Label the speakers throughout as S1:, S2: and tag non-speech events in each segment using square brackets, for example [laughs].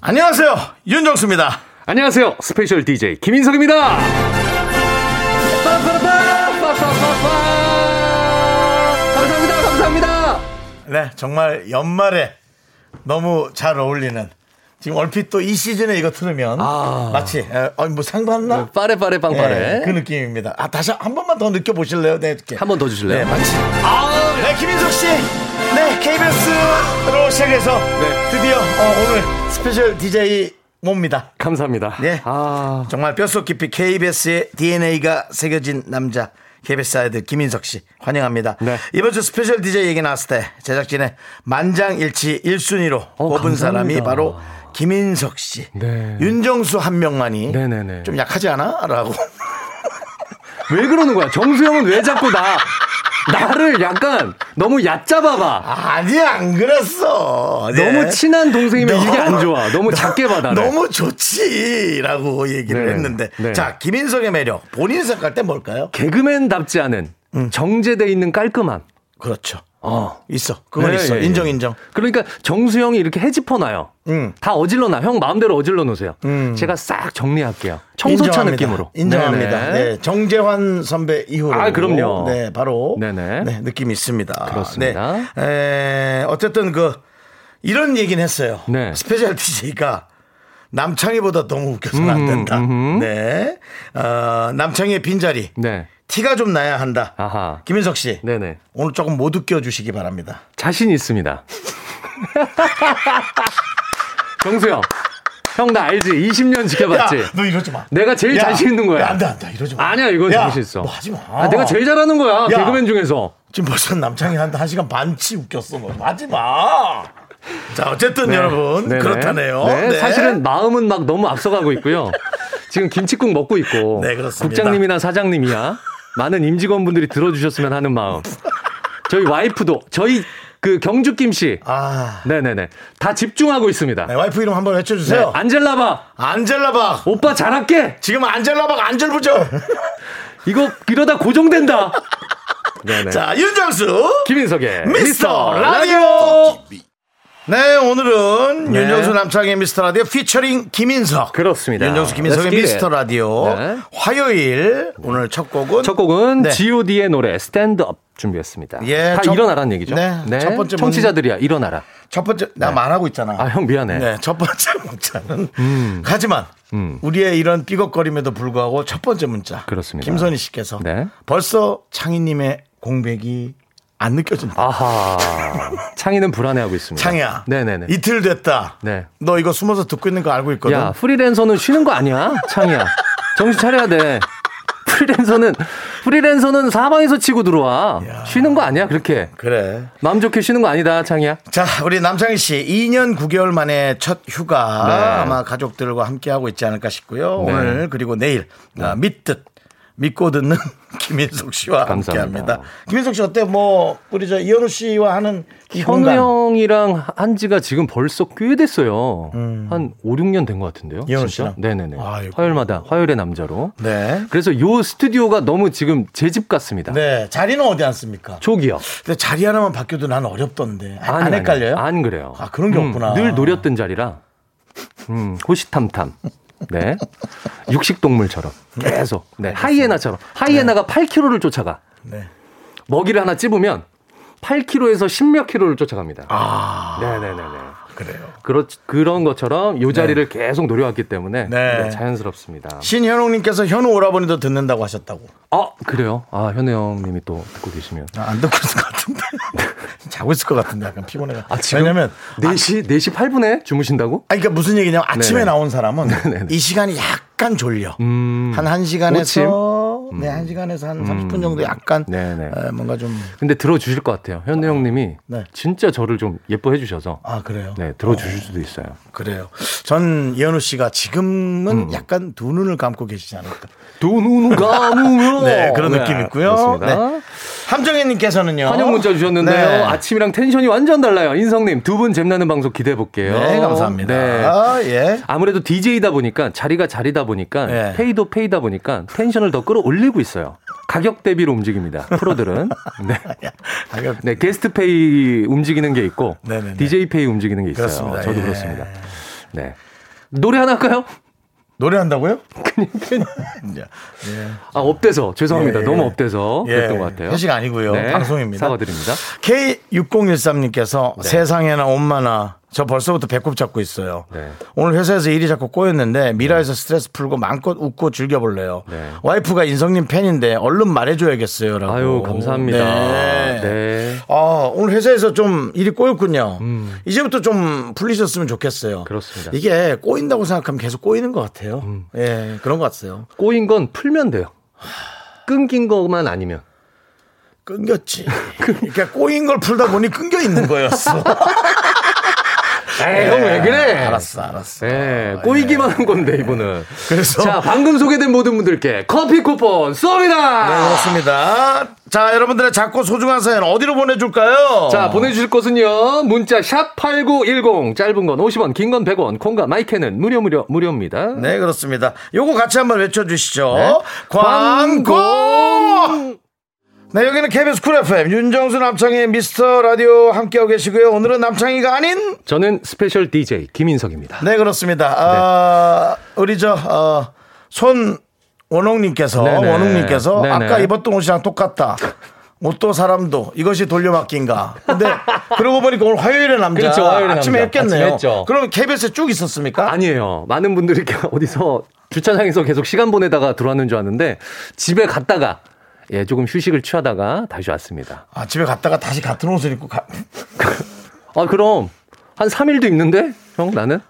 S1: 안녕하세요. 윤정수입니다.
S2: 안녕하세요. 스페셜 DJ 김인석입니다. 감사합니다. 감사합니다.
S1: 네, 정말 연말에 너무 잘 어울리는 지금 얼핏 또 이 시즌에 이거 틀으면
S2: 아.
S1: 마치 에, 아니 뭐상 받나?
S2: 빠레빠레
S1: 예, 그
S2: 빵빠레.
S1: 느낌입니다. 아 다시 한 번만 더 느껴보실래요? 네, 이렇게.
S2: 한 번 더
S1: 네,
S2: 주실래요?
S1: 마치. 네, 김인석 씨. 네, KBS로 시작해서
S2: 네.
S1: 드디어 어, 오늘 스페셜 DJ 모입니다.
S2: 감사합니다.
S1: 예.
S2: 아,
S1: 정말 뼛속 깊이 KBS의 DNA가 새겨진 남자 KBS 아이들 김인석 씨 환영합니다.
S2: 네.
S1: 이번 주 스페셜 DJ 얘기 나왔을 때 제작진의 만장일치 1순위로
S2: 어,
S1: 뽑은
S2: 감사합니다.
S1: 사람이 바로 김인석 씨.
S2: 네.
S1: 윤정수 한 명만이
S2: 네네네.
S1: 좀 약하지 않아? 라고.
S2: 왜 그러는 거야? 정수영은 왜 자꾸 나 나를 약간 너무 얕잡아봐.
S1: 아니 안 그랬어. 네.
S2: 너무 친한 동생이면 이게 안 좋아. 너무 작게 받아.
S1: 너무 좋지라고 얘기를
S2: 네.
S1: 했는데
S2: 네.
S1: 자 김인석의 매력 본인 생각할 때 뭘까요?
S2: 개그맨답지 않은 정제돼 있는 깔끔함.
S1: 그렇죠.
S2: 어.
S1: 음. 있어. 그건
S2: 예,
S1: 있어.
S2: 예, 예.
S1: 인정, 인정.
S2: 그러니까 정수영이 이렇게 헤집어놔요.
S1: 음.
S2: 다 어질러놔. 형 마음대로 어질러 놓으세요. 제가 싹 정리할게요. 청소차
S1: 인정합니다.
S2: 느낌으로.
S1: 인정합니다.
S2: 네네.
S1: 네, 정재환 선배 이후로.
S2: 아, 그럼요.
S1: 네, 바로.
S2: 네네.
S1: 네, 느낌이 있습니다.
S2: 그렇습니다.
S1: 네. 에, 어쨌든 그, 이런 얘기는 했어요.
S2: 네.
S1: 스페셜 DJ가 남창희보다 너무 웃겨서는 안 된다. 네. 어, 남창희의 빈자리.
S2: 네.
S1: 티가 좀 나야 한다.
S2: 아하.
S1: 김윤석 씨.
S2: 네네.
S1: 오늘 조금 못 웃겨주시기 바랍니다.
S2: 자신 있습니다. [laughs] 정수영. 형 나 알지? 20년 지켜봤지?
S1: 야, 너 이러지 마.
S2: 내가 제일
S1: 야,
S2: 자신 있는 거야.
S1: 야, 안 돼, 안 돼. 이러지 마.
S2: 아니야, 이건
S1: 야,
S2: 정신 있어.
S1: 뭐 하지 마.
S2: 아, 내가 제일 잘하는 거야.
S1: 야.
S2: 개그맨 중에서.
S1: 지금 벌써 남창이 한, 한 시간 반치 웃겼어. 너 하지 마. 자, 어쨌든
S2: 네.
S1: 여러분.
S2: 네네.
S1: 그렇다네요.
S2: 네,
S1: 네.
S2: 사실은 마음은 막 너무 앞서가고 있고요. 지금 김치국 먹고 있고
S1: [laughs] 네, 그렇습니다.
S2: 국장님이나 사장님이야 많은 임직원분들이 들어주셨으면 하는 마음. 저희 와이프도 저희 그 경주 김씨.
S1: 아.
S2: 네네네 다 집중하고 있습니다.
S1: 네, 와이프 이름 한번
S2: 네, 아.
S1: 외쳐주세요.
S2: 안젤라바
S1: 안젤라박.
S2: 오빠 잘할게.
S1: 지금 안젤라박 안절부절.
S2: 이거 이러다 고정된다. 네네.
S1: 자, 윤정수.
S2: 김인석의
S1: 미스터
S2: 미스터
S1: 라디오.
S2: 라디오.
S1: 네, 오늘은
S2: 네.
S1: 윤정수 남창의 미스터 라디오 피처링 김인석.
S2: 그렇습니다.
S1: 윤정수
S2: Let's
S1: 김인석의
S2: get it.
S1: 미스터 라디오.
S2: 네.
S1: 화요일 오늘 첫 곡은
S2: 첫 곡은
S1: 네.
S2: G.O.D의 노래 스탠드업 준비했습니다.
S1: 예,
S2: 다
S1: 첫-
S2: 일어나란 얘기죠.
S1: 네, 첫 번째
S2: 청취자들이야 일어나라.
S1: 첫 번째 나 말하고 있잖아.
S2: 아 형 미안해.
S1: 네, 첫 번째 [laughs] 문자는
S2: 음.
S1: 하지만 우리의 이런 삐걱거림에도 불구하고 첫 번째 문자.
S2: 그렇습니다.
S1: 김선희 씨께서
S2: 네.
S1: 벌써 창희님의 공백이 안 느껴진다.
S2: 아하. 창희는 불안해하고 있습니다.
S1: 창희야,
S2: 네네네.
S1: 이틀 됐다.
S2: 네.
S1: 너 이거 숨어서 듣고 있는 거 알고 있거든.
S2: 야 프리랜서는 쉬는 거 아니야, 창희야. 정신 차려야 돼. 프리랜서는 프리랜서는 사방에서 치고 들어와. 쉬는 거 아니야 그렇게.
S1: 그래.
S2: 마음 좋게 쉬는 거 아니다, 창희야.
S1: 자, 우리 남창희 씨 2년 9개월 만에 첫 휴가
S2: 네.
S1: 아마 가족들과 함께 하고 있지 않을까 싶고요.
S2: 네.
S1: 오늘 그리고 내일 아, 믿듯 믿고 듣는 [laughs] 김인석 씨와 함께
S2: 감사합니다.
S1: 합니다. 김인석 씨 어때? 뭐 우리 저 이현우 씨와 하는 이
S2: 현우
S1: 공간.
S2: 형이랑 한 지가 지금 벌써 꽤 됐어요. 한 5, 6년 된 것 같은데요.
S1: 음. 이현우 씨랑?
S2: 진짜? 네네네.
S1: 아이고.
S2: 화요일마다 화요일의 남자로.
S1: 네.
S2: 그래서 요 스튜디오가 너무 지금 제 집 같습니다.
S1: 네. 자리는 어디 앉습니까?
S2: 쪽이요.
S1: 근데 자리 하나만 바뀌어도 난 어렵던데. 아, 안 헷갈려요?
S2: 안 그래요. 음,
S1: 아, 그런 게 없구나.
S2: 늘 노렸던 자리라. 음, 호시탐탐. 네. 육식동물처럼. 계속. 네. 하이에나처럼. 하이에나가 8km를 쫓아가.
S1: 네.
S2: 먹이를 하나 찝으면 8km에서 10몇 km를 쫓아갑니다. 네네네네.
S1: 그래요.
S2: 그렇, 그런 것처럼 요 자리를 계속 노려왔기 때문에
S1: 네.
S2: 네, 자연스럽습니다.
S1: 신현웅 님께서 현우 오라버니도 듣는다고 하셨다고.
S2: 아, 그래요? 아, 현우 형님이 또 듣고 계시면.
S1: 아, 안 듣고 있을 것 같은데. [laughs] 자고 있을 것 같은데 약간 피곤해.
S2: 아, 지금
S1: 왜냐면
S2: 4시, 4시 8분에 주무신다고?
S1: 아니, 그러니까 무슨 얘기냐면 아침에
S2: 네네.
S1: 나온 사람은
S2: 네네네.
S1: 이 시간이 약간 졸려.
S2: 음.
S1: 한 1시간에서 네, 한 시간에서 한 30분 정도 약간
S2: 네, 네.
S1: 에, 뭔가 좀
S2: 근데 들어주실 것 같아요. 현우 형님이
S1: 네.
S2: 진짜 저를 좀 예뻐해 주셔서
S1: 아, 그래요.
S2: 네, 들어주실 수도 있어요.
S1: 그래요. 전 이현우 씨가 지금은
S2: 음.
S1: 약간 두 눈을 감고 계시지 않을까.
S2: 눈 감으면
S1: 네, 그런 느낌 있고요.
S2: 그렇습니다.
S1: 네. 함정혜 님께서는요.
S2: 환영 문자 주셨는데요.
S1: 네.
S2: 아침이랑 텐션이 완전 달라요. 인성님 두 분 잼나는 방송 기대해 볼게요.
S1: 네, 감사합니다.
S2: 네.
S1: 아, 예.
S2: 아무래도 DJ다 보니까 자리가 자리다 보니까
S1: 예.
S2: 페이도 페이다 보니까 텐션을 더 끌어올리고 있어요. 가격 대비로 움직입니다.
S1: [laughs]
S2: 프로들은. 네.
S1: 아,
S2: 네, 게스트 페이 움직이는 게 있고
S1: 네네네.
S2: DJ 페이 움직이는 게 있어요.
S1: 그렇습니다.
S2: 저도
S1: 예.
S2: 그렇습니다. 네. 노래 하나 할까요? [laughs]
S1: 노래한다고요? [laughs]
S2: 아, 업돼서. 죄송합니다.
S1: 예, 예.
S2: 너무 업돼서
S1: 예.
S2: 그랬던 것 같아요. 네.
S1: 회식 아니고요. 방송입니다.
S2: 사과드립니다. 네.
S1: K6013님께서 세상에나 엄마나 저 벌써부터 배꼽 잡고 있어요.
S2: 네.
S1: 오늘 회사에서 일이 자꾸 꼬였는데 미라에서 스트레스 풀고 마음껏 웃고 즐겨볼래요.
S2: 네.
S1: 와이프가 인성님 팬인데 얼른 말해줘야겠어요. 라고.
S2: 아유, 감사합니다.
S1: 네.
S2: 네.
S1: 아, 오늘 회사에서 좀 일이 꼬였군요. 이제부터 좀 풀리셨으면 좋겠어요.
S2: 음. 그렇습니다. 음.
S1: 이게 꼬인다고 생각하면 계속 꼬이는 것 같아요. 예, 그런 것 같아요.
S2: 꼬인 건 풀면 돼요. 끊긴 것만 아니면.
S1: 끊겼지. 그러니까 꼬인 걸 풀다 보니 끊겨
S2: [laughs]
S1: 있는 거였어.
S2: 에이, 형왜 그래?
S1: 알았어, 알았어.
S2: 네, 꼬이기만 한 건데, 이분은.
S1: 그래서-
S2: 자, 방금 소개된 모든 분들께 커피 쿠폰 쏩니다!
S1: 네, 그렇습니다. 자, 여러분들의 작고 소중한 사연 어디로 보내줄까요?
S2: 자, 보내주실 곳은요, 문자 샵8910, 짧은 건 50원, 긴 건 100원, 콩과 마이크는 무료, 무료, 무료입니다.
S1: 네, 그렇습니다. 요거 같이 한번 외쳐주시죠.
S2: 네.
S1: 광고! 네, 여기는 KBS 쿨 FM, 윤정수 남창의 미스터 라디오 함께하고 계시고요. 오늘은 남창이가 아닌,
S2: 저는 스페셜 DJ 김인석입니다.
S1: 네, 그렇습니다. 아, 우리 저, 어, 손, 원홍님께서,
S2: 네네.
S1: 원홍님께서
S2: 네네.
S1: 아까 입었던 옷이랑 똑같다. 옷도 사람도 이것이 돌려막기인가. 근데 그러고 보니까 오늘 화요일에 남자
S2: 그렇죠, 화요일의
S1: 아침에
S2: 남자. 아침에
S1: 했겠네요.
S2: 했죠.
S1: 그럼 KBS에 쭉 있었습니까?
S2: 아니에요. 많은 분들이 이렇게 [laughs] 어디서 주차장에서 계속 시간 보내다가 들어왔는 줄 아는데, 집에 갔다가, 예, 조금 휴식을 취하다가 다시 왔습니다.
S1: 아, 집에 갔다가 다시 같은 옷을 입고 가.
S2: 아, 그럼, 한 3일도 있는데? 형, 나는?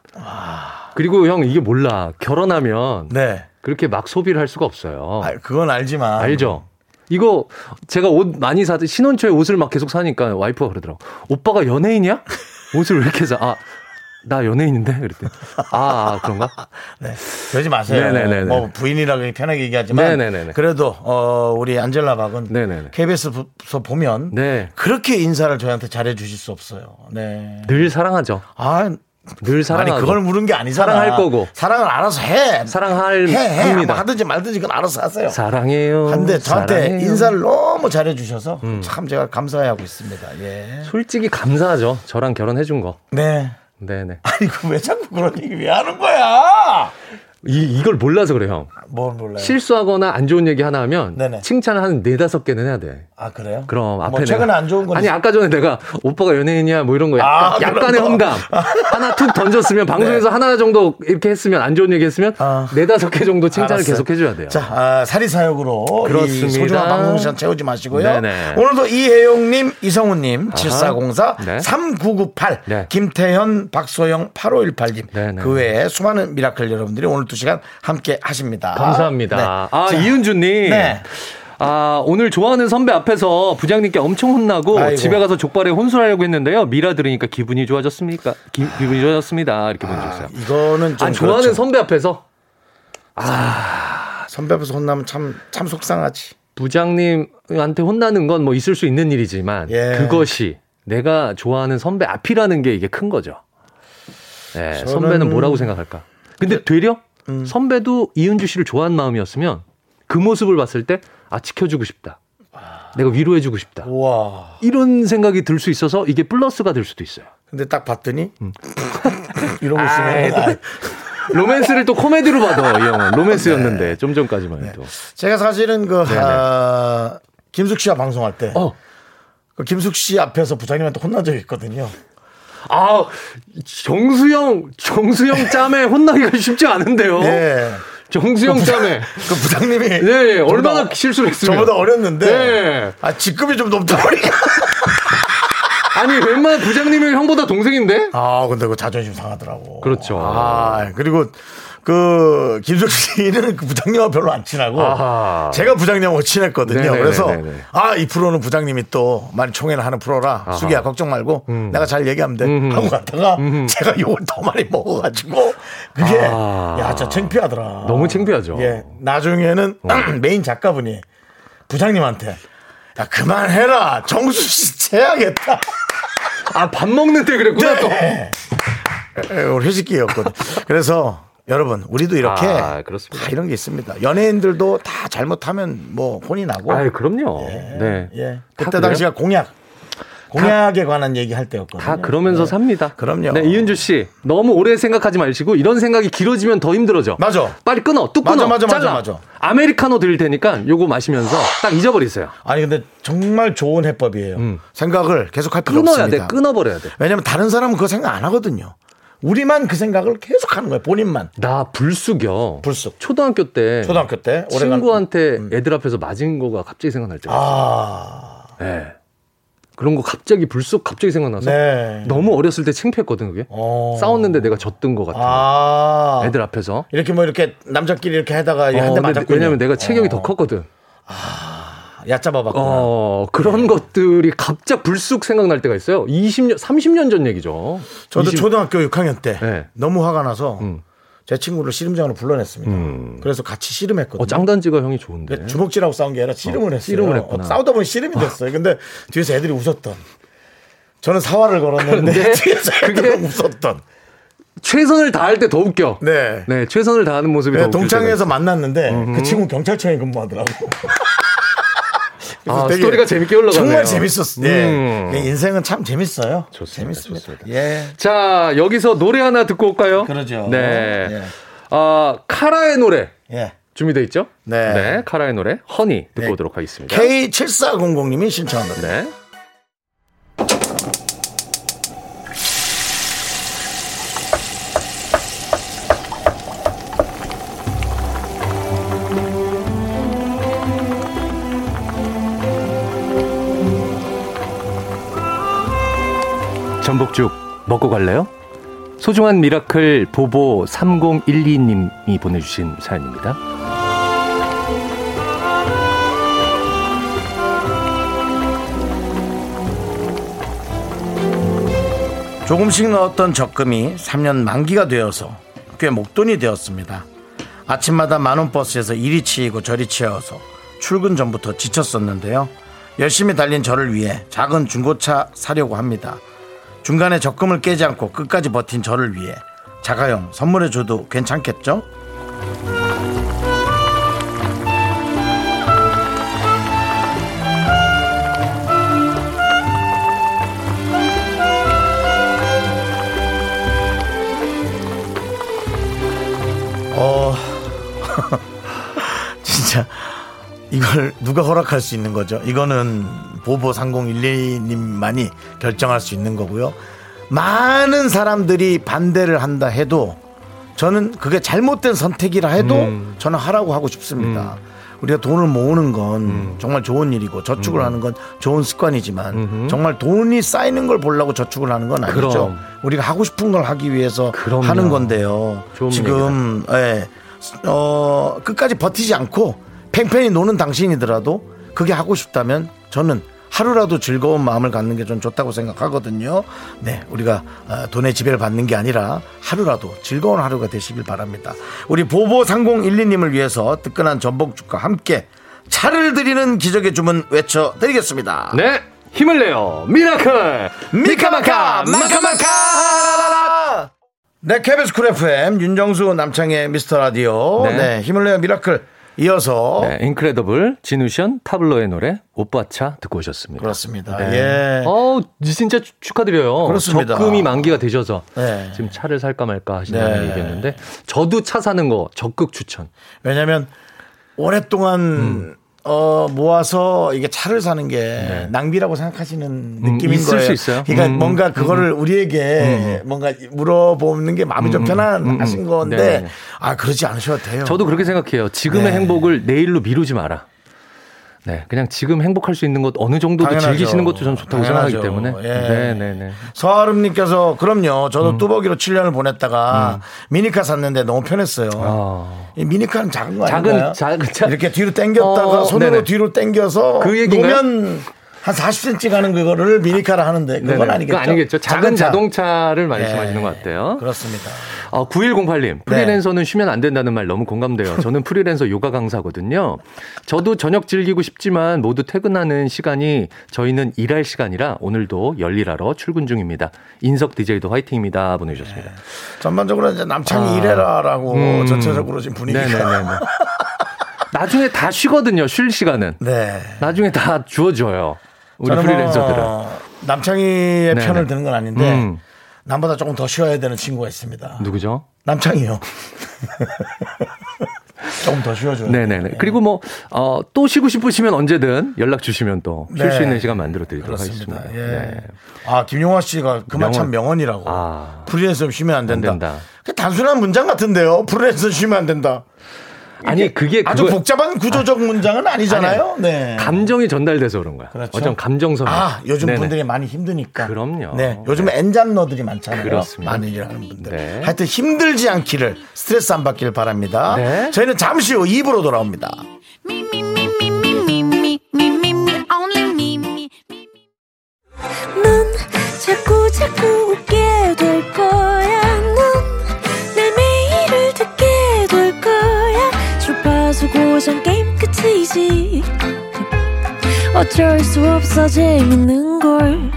S2: 그리고 형, 이게 몰라. 결혼하면,
S1: 아. 네.
S2: 그렇게 막 소비를 할 수가 없어요.
S1: 아, 그건 알지만.
S2: 알죠? 이거 제가 옷 많이 사 신혼초에 옷을 막 계속 사니까 와이프가 그러더라고. 오빠가 연예인이야? 옷을 왜 이렇게 사? 아, 나 연예인인데? 그랬더니. 아, 아, 그런가?
S1: 네. 그러지 마세요.
S2: 네네네네.
S1: 뭐 부인이라 그냥 편하게 얘기하지만
S2: 네네네네.
S1: 그래도 어 우리 안젤라 박은
S2: 네네네.
S1: KBS에서 보면
S2: 네.
S1: 그렇게 인사를 저희한테 잘해 주실 수 없어요. 네.
S2: 늘 사랑하죠.
S1: 아
S2: 늘 사랑하죠.
S1: 아니 그걸 물은 게 아니잖아.
S2: 사랑할 거고.
S1: 사랑을 알아서 해.
S2: 사랑할
S1: 해, 해.
S2: 합니다.
S1: 뭐 하든지 말든지 그건 알아서 하세요.
S2: 사랑해요.
S1: 근데 저한테
S2: 사랑해요. 음.
S1: 인사를 너무 잘해 주셔서 참 제가 감사해하고 있습니다. 예.
S2: 솔직히 감사하죠. 저랑 결혼해준 거.
S1: 네. [laughs]
S2: 네네.
S1: 아니 그 왜 자꾸 그런 얘기 왜 하는 거야?
S2: 이, 이걸 몰라서 그래, 형.
S1: 뭘 몰라요?
S2: 실수하거나 안 좋은 얘기 하나 하면
S1: 네네.
S2: 칭찬을 한 네다섯 개는 해야 돼.
S1: 아 그래요?
S2: 그럼 앞에
S1: 뭐 최근에
S2: 내가-
S1: 안 좋은 건
S2: 아니 아까 전에 내가 오빠가 연예인이야 뭐 이런 거
S1: 아,
S2: 약간, 약간의
S1: 그런 거. 네.
S2: 험담 하나 툭
S1: [laughs]
S2: 던졌으면 방송에서 하나 정도 이렇게 했으면 안 좋은 얘기 했으면
S1: 아.
S2: 네 다섯 개 정도 칭찬을
S1: 알았어요.
S2: 계속 해줘야 돼요.
S1: 자, 아, 사리사욕으로 이
S2: 그렇습니다.
S1: 소중한 방송시간 채우지 마시고요.
S2: 네네.
S1: 오늘도 이혜용님, 이성훈님, 7404,
S2: 네.
S1: 3998,
S2: 네.
S1: 김태현, 박소영, 8518님.
S2: 네네.
S1: 그 외에 수많은 미라클 여러분들이 오늘 두 시간 함께 하십니다.
S2: 감사합니다.
S1: 네.
S2: 아
S1: 자,
S2: 이은주님.
S1: 네.
S2: 아, 오늘 좋아하는 선배 앞에서 부장님께 엄청 혼나고
S1: 아이고.
S2: 집에 가서 족발에 혼술하려고 했는데요. 미라 들으니까 기분이 좋아졌습니까? 기, 분이 좋아졌습니다. 이렇게 보내주셨어요.
S1: 네. 이거는 좀
S2: 아, 좋아하는
S1: 그렇죠.
S2: 선배 앞에서
S1: 선배 앞에서 혼나면 참, 참 속상하지.
S2: 부장님한테 혼나는 건 뭐 있을 수 있는 일이지만
S1: 예.
S2: 그것이 내가 좋아하는 선배 앞이라는 게 이게 큰 거죠. 예,
S1: 저는- 음.
S2: 선배는 뭐라고 생각할까? 근데 되려 선배도 이은주 씨를 좋아하는 마음이었으면 그 모습을 봤을 때 아 지켜주고 싶다. 내가 위로해주고 싶다.
S1: 우와.
S2: 이런 생각이 들 수 있어서 이게 플러스가 될 수도 있어요.
S1: 근데 딱 봤더니
S2: 음.
S1: [laughs] 이러고 있으면 아,
S2: 로맨스를 또 코미디로 봐도 이 형은 로맨스였는데
S1: 네.
S2: 좀 전까지만 해도.
S1: 제가 사실은 그 아, 김숙 씨와 방송할 때
S2: 어,
S1: 그 김숙 씨 앞에서 부장님한테 혼난 적이 있거든요.
S2: 아 정수영 정수영 짬에 혼나기가 쉽지 않은데요.
S1: 예.
S2: 정수영 짬에.
S1: 그 부장님이
S2: [laughs] 네, 어? 예,
S1: 저보다-
S2: 얼마나 실수를 했으면.
S1: 저보다 어렸는데
S2: 네.
S1: 아 직급이 좀 높다 보니까 [laughs]
S2: 아니, 웬만한 부장님이 형보다 동생인데?
S1: 아 근데 그 자존심 상하더라고.
S2: 그렇죠.
S1: 아 그리고 그 김석수 씨는 그 부장님하고 별로 안 친하고
S2: 아하.
S1: 제가 부장님하고 친했거든요.
S2: 네네네네네.
S1: 그래서 아 이 프로는 부장님이 또 많이 총회를 하는 프로라
S2: 아하. 음.
S1: 수기야 걱정 말고 내가 잘 얘기하면 돼 하고 갔다가 제가 욕을 더 많이 먹어가지고 그게
S2: 아.
S1: 야저 창피하더라.
S2: 너무 창피하죠. 어.
S1: 예, 나중에는 [clears throat] 메인 작가분이 부장님한테 야 그만해라 정수 씨 재야겠다.
S2: 아, 밥 먹는 때 그랬구나, 또.
S1: 네. 에, 예, 우리 회식기였거든. 그래서 여러분 우리도 이렇게
S2: 아, 그렇습니다.
S1: 다 이런 게 있습니다. 연예인들도 다 잘못하면 뭐 혼이 나고.
S2: 아 그럼요. 네.
S1: 예.
S2: 다
S1: 그때
S2: 그래요?
S1: 당시가 공약 공약에 관한 얘기 할 때였거든요.
S2: 다 그러면서 삽니다.
S1: 예. 그럼요.
S2: 네, 이윤주 씨. 너무 오래 생각하지 마시고 이런 생각이 길어지면 더 힘들어져.
S1: 맞아.
S2: 빨리 끊어. 뚝
S1: 맞아,
S2: 끊어.
S1: 맞아, 맞아,
S2: 잘라.
S1: 맞아.
S2: 아메리카노 드릴 테니까 요거 마시면서 딱 잊어버리세요.
S1: 아니 근데 정말 좋은 해법이에요. 생각을 계속 할 필요
S2: 음. 끊어야 돼.
S1: 없습니다.
S2: 끊어버려야 돼.
S1: 왜냐면 다른 사람은 그거 생각 안 하거든요. 우리만 그 생각을 계속 하는 거예요. 본인만.
S2: 나 불쑥이요.
S1: 불쑥.
S2: 초등학교 때
S1: 초등학교 음. 때 오래간-
S2: 네. 친구한테 애들 앞에서 맞은 거가 갑자기 생각날 때.
S1: 아,
S2: 예. 그런 거 갑자기 불쑥 갑자기 생각나서
S1: 네.
S2: 너무 어렸을 때 창피했거든 그게.
S1: 어.
S2: 싸웠는데 내가 졌던 것 같아.
S1: 아.
S2: 애들 앞에서.
S1: 이렇게 뭐 이렇게 남자끼리 이렇게 하다가
S2: 어,
S1: 한 대 어.
S2: 근데
S1: 맞았고
S2: 왜냐면 내가 체격이 더 컸거든.
S1: 얕잡아봤구나.
S2: 어,
S1: 예.
S2: 그런 것들이 갑자기 불쑥 생각날 때가 있어요. 20년, 30년 전 얘기죠.
S1: 저도
S2: 20
S1: 초등학교 6학년 때
S2: 네. 음.
S1: 너무 화가 나서 제 친구를 씨름장으로 불러냈습니다. 그래서 같이 씨름했거든요.
S2: 어, 짱단지가 형이 좋은데.
S1: 근데 주먹질하고 싸운 게 아니라 씨름을 했어요.
S2: 씨름을 했구나.
S1: 어, 싸우다 보니 씨름이
S2: [laughs]
S1: 됐어요. 근데 뒤에서 애들이 웃었던. 저는 사활을 걸었는데
S2: 그런데
S1: [laughs] 뒤에서
S2: 그게
S1: 애들이 웃었던.
S2: 최선을 다할 때 더 웃겨.
S1: 네.
S2: 네, 최선을 다하는 모습이 더
S1: 네,
S2: 웃길
S1: 동창회에서
S2: 때가
S1: 만났는데 그 친구 경찰청에 근무하더라고.
S2: [laughs] 아, 스토리가 재밌게 흘러가네요.
S1: 정말 재밌었어요. 예.
S2: 음.
S1: 예, 인생은 참 재밌어요.
S2: 좋습니다,
S1: 재밌습니다.
S2: 좋습니다.
S1: 예.
S2: 있어요. 자, 여기서 노래 하나 듣고 올까요?
S1: 그러죠.
S2: 네.
S1: 예.
S2: 아, 카라의 노래.
S1: 예.
S2: 준비돼 있죠?
S1: 네.
S2: 카라의 노래, 허니. 듣고
S1: 네.
S2: 오도록 하겠습니다.
S1: K7400님이 신청한 노래.
S2: 네. 전복죽 먹고 갈래요? 소중한 미라클 보보 3012님이 보내주신 사연입니다.
S1: 조금씩 넣었던 적금이 3년 만기가 되어서 꽤 목돈이 되었습니다. 아침마다 만원 버스에서 이리 치이고 저리 치여서 출근 전부터 지쳤었는데요. 열심히 달린 저를 위해 작은 중고차 사려고 합니다. 중간에 적금을 깨지 않고 끝까지 버틴 저를 위해 자가용 선물해줘도 괜찮겠죠? 어 [laughs] 진짜 이걸 누가 허락할 수 있는 거죠? 이거는 보보 3012님만이 결정할 수 있는 거고요. 많은 사람들이 반대를 한다 해도 저는 그게 잘못된 선택이라 해도
S2: 음.
S1: 저는 하라고 하고 싶습니다. 우리가 돈을 모으는 건
S2: 음.
S1: 정말 좋은 일이고 저축을 하는 건 좋은 습관이지만 정말 돈이 쌓이는 걸 보려고 저축을 하는 건 아니죠.
S2: 그럼.
S1: 우리가 하고 싶은 걸 하기 위해서
S2: 그럼요.
S1: 하는 건데요.
S2: 좋은
S1: 지금 예, 어, 끝까지 버티지 않고 팽팽히 노는 당신이더라도 그게 하고 싶다면 저는 하루라도 즐거운 마음을 갖는 게 좀 좋다고 생각하거든요. 네, 우리가 어, 돈의 지배를 받는 게 아니라 하루라도 즐거운 하루가 되시길 바랍니다. 우리 보보 3012님을 위해서 뜨끈한 전복죽과 함께 차를 드리는 기적의 주문 외쳐드리겠습니다.
S2: 네. 힘을 내요. 미라클.
S1: 미카마카 마카마카 라라라 네 KBS 쿨 FM 윤정수 남창의 미스터 라디오 네.
S2: 네.
S1: 힘을 내요 미라클 이어서
S2: 네, 인크레더블 지누션 타블로의 노래 오빠차 듣고 오셨습니다.
S1: 그렇습니다
S2: 네.
S1: 예
S2: 어우, 진짜 추- 축하드려요.
S1: 그렇습니다.
S2: 적금이 만기가 되셔서
S1: 네.
S2: 지금 차를 살까 말까 하신다는
S1: 네.
S2: 얘기였는데 저도 차 사는 거 적극 추천.
S1: 왜냐하면 오랫동안
S2: 음.
S1: 어, 모아서 이게 차를 사는 게 낭비라고 생각하시는 느낌인
S2: 네. 음, 있을
S1: 거예요.
S2: 수 있어요.
S1: 그러니까
S2: 음,
S1: 뭔가 그거를 우리에게 뭔가 물어보는 게 마음이 좀 편안하신 건데
S2: 네, 네.
S1: 아 그러지 않으셔도 돼요.
S2: 저도 그렇게 생각해요. 지금의
S1: 네.
S2: 행복을 내일로 미루지 마라. 네, 그냥 지금 행복할 수 있는 것 어느 정도도
S1: 당연하죠.
S2: 즐기시는 것도 저는 좋다고
S1: 당연하죠.
S2: 생각하기 때문에.
S1: 예.
S2: 네, 네, 네.
S1: 서아름님께서 그럼요. 저도
S2: 음.
S1: 뚜벅이로 7년을 보냈다가 미니카 샀는데 너무 편했어요.
S2: 아.
S1: 이 미니카는 작은 거
S2: 작은-
S1: 아닌가요?
S2: 작은- 작-
S1: 이렇게 뒤로 당겼다가
S2: 어,
S1: 손으로
S2: 네네.
S1: 뒤로 당겨서
S2: 그 얘기인가요?
S1: 보면 한 40cm 가는 그거를 미니카라 하는데 그건
S2: 네네.
S1: 아니겠죠?
S2: 그거 아니겠죠. 작은,
S1: 차.
S2: 자동차를 많이
S1: 예.
S2: 말씀하시는 것 같아요.
S1: 그렇습니다.
S2: 아,
S1: 네.
S2: 9108님, 프리랜서는 쉬면 안 된다는 말 너무 공감돼요. 저는 프리랜서 요가 강사거든요. 저도 저녁 즐기고 싶지만 모두 퇴근하는 시간이 저희는 일할 시간이라 오늘도 열일하러 출근 중입니다. 인석 DJ도 화이팅입니다. 보내주셨습니다.
S1: 네. 전반적으로 이제 남창이 이래라라고 전체적으로 지금 분위기가
S2: 아. 음. 네네네. 나중에 다 쉬거든요. 쉴 시간은.
S1: [laughs] 네.
S2: 나중에 다 주어줘요. 우리
S1: 저는 뭐
S2: 프리랜서들은.
S1: 남창희의
S2: 네네.
S1: 편을 드는 건 아닌데
S2: 음.
S1: 남보다 조금 더 쉬어야 되는 친구가 있습니다.
S2: 누구죠?
S1: 남창이요. [laughs] 조금 더 쉬어줘요.
S2: 네네네. 그리고 뭐, 어, 또 쉬고 싶으시면 언제든 연락 주시면 또 쉴 수
S1: 네.
S2: 있는 시간 만들어 드리도록
S1: 그렇습니다.
S2: 하겠습니다.
S1: 예.
S2: 네.
S1: 아 김용화 씨가 그만 참
S2: 명언.
S1: 명언이라고.
S2: 아.
S1: 프리랜서 쉬면 안 된다.
S2: 된다.
S1: 그 단순한 문장 같은데요. 프리랜서 쉬면 안 된다.
S2: 아니, 그게
S1: 아주
S2: 그거-
S1: 복잡한 구조적 문장은 아니잖아요. 네.
S2: 감정이 전달돼서 그런 거야.
S1: 그렇죠.
S2: 어쩜 감정선.
S1: 아 요즘
S2: 네네.
S1: 분들이 많이 힘드니까.
S2: 그럼요.
S1: 네. 요즘 엔잡러들이 많잖아요.
S2: 그렇습니다.
S1: 많은 일하는 분들.
S2: 네.
S1: 하여튼 힘들지 않기를 스트레스 안 받기를 바랍니다.
S2: 네.
S1: 저희는 잠시 후 입으로 돌아옵니다.
S3: Me, me, me, me, me, me, me, me, me, me, only me, me.
S4: 넌 자꾸 자꾸 웃게 될 거야. 넌내 매일을 듣게 될 거야. 주파수 고정 게임 끝이지. 어쩔 수 없어 재밌는 걸.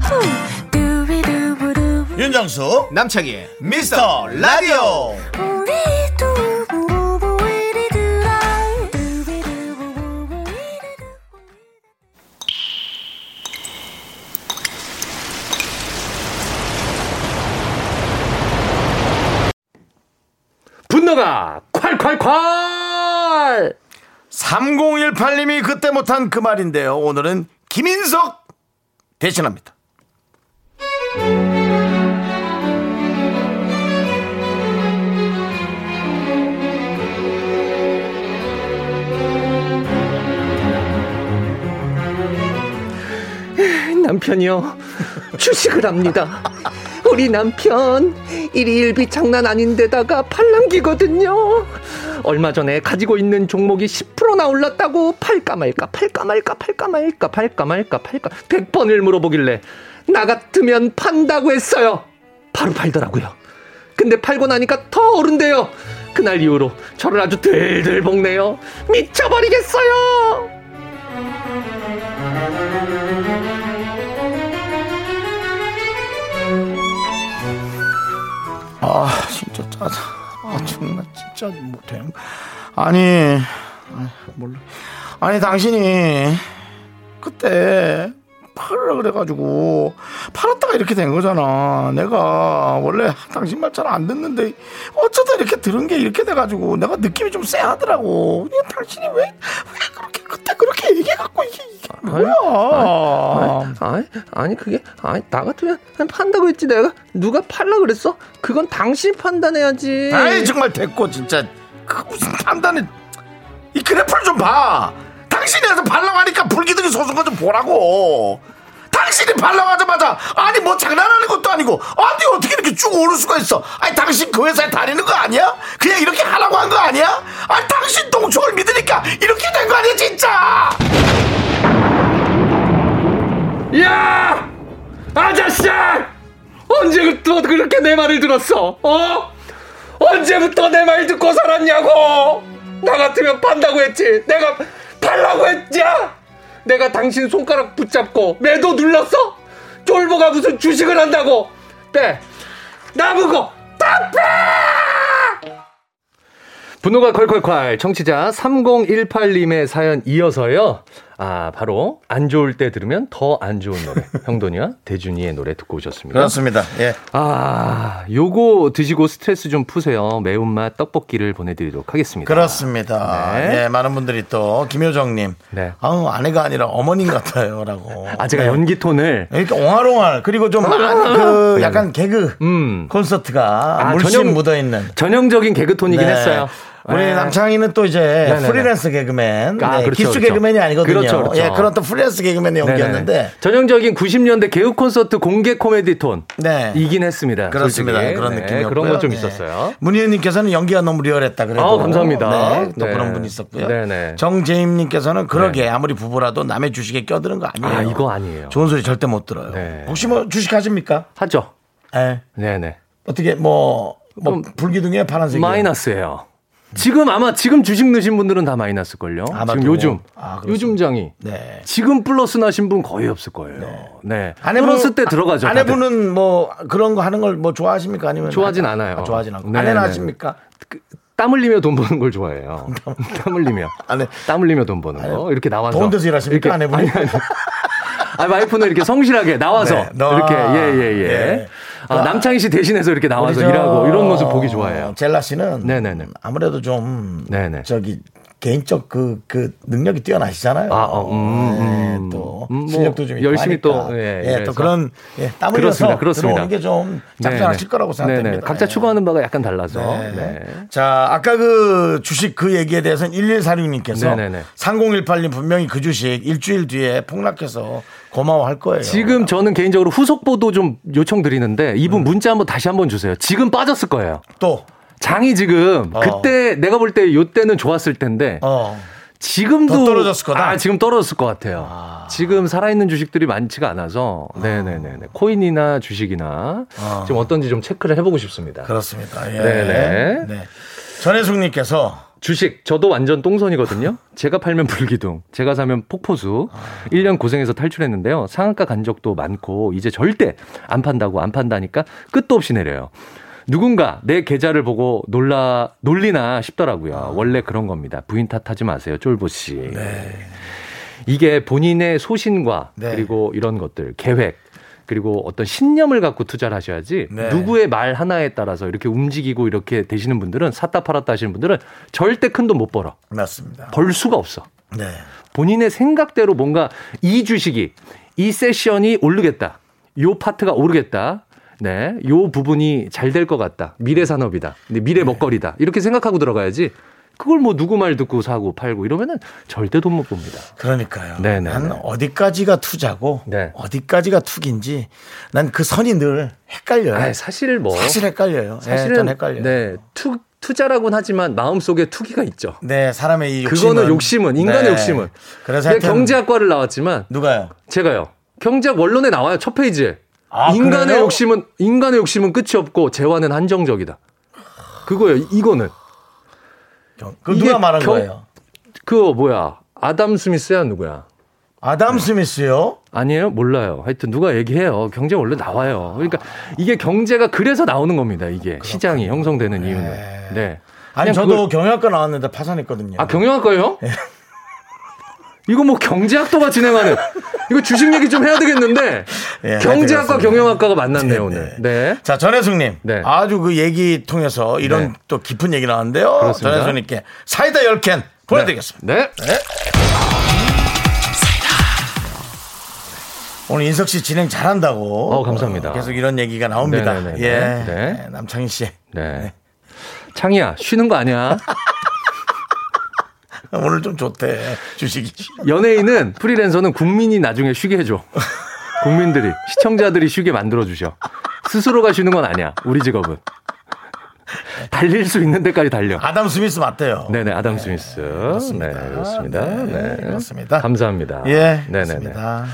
S4: 후. 두비두부두.
S1: 윤정수 남창희 미스터 라디오.
S4: 우리 두부부부 우리 두라. 두비두부부부 우리 두부.
S2: 분노가 콸콸콸!
S1: 3018님이 그때 못한 그 말인데요. 오늘은 김인석 대신합니다.
S2: 남편이요. 주식을 합니다. 우리 남편 일일비 장난 아닌데다가 팔랑귀거든요. 얼마 전에 가지고 있는 종목이 10%나 올랐다고 팔까 말까 팔까 말까 팔까 말까 팔까 말까 팔까 100번을 물어보길래 나 같으면 판다고 했어요. 바로 팔더라고요. 근데 팔고 나니까 더 오른대요. 그날 이후로 저를 아주 들들 볶네요. 미쳐버리겠어요.
S1: 아, 진짜 짜증. 아, 정말 진짜 못해. 아니, 아, 몰라. 아니, 당신이 그때 팔으라 그래가지고 팔았다가 이렇게 된 거잖아. 내가 원래 당신 말 잘 안 듣는데 어쩌다 이렇게 들은 게 이렇게 돼가지고 내가 느낌이 좀 쎄하더라고. 이게 당신이 왜, 왜 그렇게 그때 그렇게 얘기해갖고 이게, 이게 뭐야.
S2: 아니, 아니 그게 아니 나 같으면 그냥 판다고 했지 내가 누가 팔라 그랬어? 그건 당신 판단해야지.
S1: 아이 정말 됐고 진짜 그 무슨 판단을 이 그래프를 좀 봐 당신이 해서 발라고 하니까 불기둥이 솟은 거 좀 보라고 당신이 발라고 하자마자 아니 뭐 장난하는 것도 아니고 아니 어떻게 이렇게 쭉 오를 수가 있어 아니 당신 그 회사에 다니는 거 아니야? 그냥 이렇게 하라고 한 거 아니야? 아니 당신 동쪽을 믿으니까 이렇게 된 거 아니야 진짜
S2: 야 아저씨 언제부터 그렇게 내 말을 들었어? 어? 언제부터 내 말 듣고 살았냐고? 나 같으면 판다고 했지. 내가 팔라고 했지. 내가 당신 손가락 붙잡고 매도 눌렀어? 쫄보가 무슨 주식을 한다고? 빼. 나보고 다 빼! 분노가 콸콸콸 청취자 3018님의 사연 이어서요. 아 바로 안 좋을 때 들으면 더 안 좋은 노래 형돈이와 대준이의 노래 듣고 오셨습니다.
S1: 그렇습니다 예
S2: 아 요거 드시고 스트레스 좀 푸세요. 매운맛 떡볶이를 보내드리도록 하겠습니다.
S1: 그렇습니다
S2: 네.
S1: 예 많은 분들이 또 김효정님
S2: 네.
S1: 아우 아내가 아니라 어머님 같아요라고 네.
S2: 아 제가 연기 톤을
S1: 이렇게 그러니까 옹알옹알 그리고 좀 많은 그 약간 개그
S2: 음.
S1: 콘서트가
S2: 아,
S1: 물씬 묻어 있는 네.
S2: 전형적인 개그 톤이긴 했어요.
S1: 우리
S2: 네.
S1: 남창희는 또 이제
S2: 네네네.
S1: 프리랜서 개그맨,
S2: 아,
S1: 네,
S2: 그렇죠,
S1: 기수
S2: 그렇죠.
S1: 개그맨이 아니거든요.
S2: 그렇죠, 그렇죠.
S1: 예, 그런 또 프리랜서 개그맨의 연기였는데,
S2: 네네네. 전형적인 90년대 개그 콘서트 공개 코미디 톤
S1: 네.
S2: 이긴 했습니다.
S1: 그렇습니다.
S2: 솔직히.
S1: 그런
S2: 네,
S1: 느낌이었고요.
S2: 그런 건 좀
S1: 네.
S2: 있었어요.
S1: 문희연님께서는 연기가 너무 리얼했다 그래도.
S2: 아, 감사합니다.
S1: 네, 또
S2: 네.
S1: 그런 분이 있었고요.
S2: 네네. 네.
S1: 정재임님께서는 그러게 아무리 부부라도 남의 주식에 껴드는 거 아니에요.
S2: 아 이거 아니에요.
S1: 네. 좋은 소리 절대 못 들어요.
S2: 네.
S1: 혹시 뭐 주식 하십니까?
S2: 하죠.
S1: 예.
S2: 네네.
S1: 어떻게 뭐, 뭐 불기둥에 파란색
S2: 마이너스예요. 지금 아마 지금 주식 넣으신 분들은 다 마이너스 걸요.
S1: 아마도.
S2: 지금 요즘
S1: 아, 그렇습니다.
S2: 요즘 장이
S1: 네.
S2: 지금 플러스 나신 분 거의 없을 거예요. 네.
S1: 아내분-
S2: 플러스 때 들어가죠. 다들.
S1: 아내분은 뭐 그런 거 하는 걸 뭐 좋아하십니까? 아니면
S2: 좋아하진 않아요.
S1: 아, 좋아하진 않고
S2: 네,
S1: 아내는
S2: 네.
S1: 하십니까?
S2: 땀 흘리며 돈 버는 걸
S1: [laughs]
S2: 좋아해요. 땀 흘리며.
S1: 아내
S2: 땀 흘리며 돈 버는 거. 이렇게 나와서.
S1: 더운 데서 일하십니까? 아내분이?
S2: 아니, 아니. 아, 와이프는 이렇게 성실하게 나와서
S1: 네, 너-
S2: 이렇게 예 예예.
S1: 예.
S2: 아, 남창희 씨 대신해서 이렇게 나와서
S1: 우리 저-
S2: 일하고 이런 모습 보기 좋아해요.
S1: 젤라 씨는
S2: 네네네.
S1: 아무래도 좀
S2: 네네.
S1: 저기 개인적 그 그 능력이 뛰어나시잖아요.
S2: 아, 어, 음,
S1: 예,
S2: 음.
S1: 또
S2: 음, 뭐
S1: 실력도 좀 있고
S2: 열심히
S1: 하니까.
S2: 또, 예,
S1: 예,
S2: 그래서.
S1: 또 그런 예, 땀 흘려서
S2: 그렇습니다.
S1: 들어오는
S2: 그렇습니다.
S1: 게 좀 작전하실 거라고 생각됩니다.
S2: 네, 네네. 각자
S1: 예.
S2: 추구하는 바가 약간 달라서.
S1: 네.
S2: 네.
S1: 자, 아까 그 주식 그 얘기에 대해서는 1146님께서
S2: 네네네.
S1: 3018님 분명히 그 주식 일주일 뒤에 폭락해서 고마워할 거예요.
S2: 지금 저는 개인적으로 후속 보도 좀 요청드리는데 이분
S1: 음.
S2: 문자 한번 다시 한번 주세요. 지금 빠졌을 거예요.
S1: 또,
S2: 장이 지금
S1: 어.
S2: 그때 내가 볼 때 요때는 좋았을 텐데
S1: 어,
S2: 지금도
S1: 더 떨어졌을 거다.
S2: 아, 지금 떨어졌을 것 같아요. 지금 살아있는 주식들이 많지가 않아서 네네네 코인이나 주식이나
S1: 아.
S2: 지금 어떤지 좀 체크를 해보고 싶습니다.
S1: 그렇습니다. 예.
S2: 네네.
S1: 네. 전혜숙님께서
S2: 주식 저도 완전 똥손이거든요. 제가 팔면 불기둥, 제가 사면 폭포수. 1년 고생해서 탈출했는데요. 상한가 간 적도 많고 이제 절대 안 판다고 안 판다니까 끝도 없이 내려요. 누군가 내 계좌를 보고 놀라 놀리나 싶더라고요. 원래 그런 겁니다. 부인 탓하지 마세요, 쫄보 씨. 이게 본인의 소신과
S1: 네.
S2: 그리고 이런 것들 계획 그리고 어떤 신념을 갖고 투자를 하셔야지
S1: 네.
S2: 누구의 말 하나에 따라서 이렇게 움직이고 이렇게 되시는 분들은 샀다 팔았다 하시는 분들은 절대 큰 돈 못 벌어
S1: 맞습니다.
S2: 벌 수가 없어
S1: 네.
S2: 본인의 생각대로 뭔가 이 주식이 이 세션이 오르겠다 요 파트가 오르겠다 네 요 부분이 잘 될 것 같다 미래 산업이다 근데 미래
S1: 네.
S2: 먹거리다 이렇게 생각하고 들어가야지 그걸 뭐 누구 말 듣고 사고 팔고 이러면은 절대 돈 못 봅니다
S1: 그러니까요.
S2: 네네네.
S1: 난 어디까지가 투자고
S2: 네.
S1: 어디까지가 투기인지 난 그 선이 늘 헷갈려요.
S2: 아 사실 뭐
S1: 네. 사실 헷갈려요. 사실은
S2: 사실은
S1: 헷갈려요. 네.
S2: 네, 투, 투자라고는 하지만 마음속에 투기가 있죠.
S1: 네, 사람의 이 욕심은
S2: 그거는 욕심은 인간의
S1: 네.
S2: 욕심은.
S1: 그래서
S2: 근데
S1: 하여튼
S2: 경제학과를 나왔지만
S1: 누가요?
S2: 제가요. 경제학 원론에 나와요. 첫 페이지에.
S1: 아,
S2: 인간의
S1: 그래요?
S2: 욕심은 인간의 욕심은 끝이 없고 재화는 한정적이다. 그거예요. 이거는
S1: 경- 그
S2: 이게
S1: 누가 말한
S2: 경-
S1: 거예요?
S2: 그거 뭐야? 아담 스미스야 누구야? 네.
S1: 아담 스미스요?
S2: 아니에요? 몰라요. 하여튼 누가 얘기해요. 경제 원래 나와요. 그러니까 이게 경제가 그래서 나오는 겁니다. 이게 시장이 형성되는 이유는. 네.
S1: 아니
S2: 그냥
S1: 저도 네.
S2: 그걸-
S1: 경영학과 나왔는데 파산했거든요.
S2: 아 경영학과요? 이거 뭐 경제학도가 진행하는 이거 주식 얘기 좀 해야 되겠는데
S1: 예,
S2: 경제학과
S1: 알겠습니다.
S2: 경영학과가 만났네요 오늘. 네.
S1: 자 전혜숙님
S2: 네.
S1: 아주 그 얘기 통해서 이런
S2: 네.
S1: 또 깊은 얘기 나왔는데요.
S2: 그렇습니다.
S1: 전혜숙님께 사이다 10캔 보내드리겠습니다.
S2: 네.
S1: 오늘 인석 씨 진행 잘한다고.
S2: 네. 어, 감사합니다.
S1: 어, 계속 이런 얘기가 나옵니다.
S2: 네네네.
S1: 예.
S2: 네.
S1: 네, 남창희 씨. [laughs]
S2: 네. 창희야 쉬는 거 아니야.
S1: 오늘 좀 좋대.
S2: [laughs]
S1: 주식이.
S2: 연예인은 프리랜서는 국민이 나중에 쉬게 해줘. 국민들이 시청자들이 쉬게 만들어 주셔. 스스로가 쉬는 건 아니야. 우리 직업은 달릴 수 있는 데까지 달려.
S1: 아담 스미스 맞대요.
S2: 네네 아담 스미스. 네 그렇습니다. 네.
S1: 그렇습니다.
S2: 감사합니다.
S1: 예.
S2: 네네네.
S1: 그렇습니다.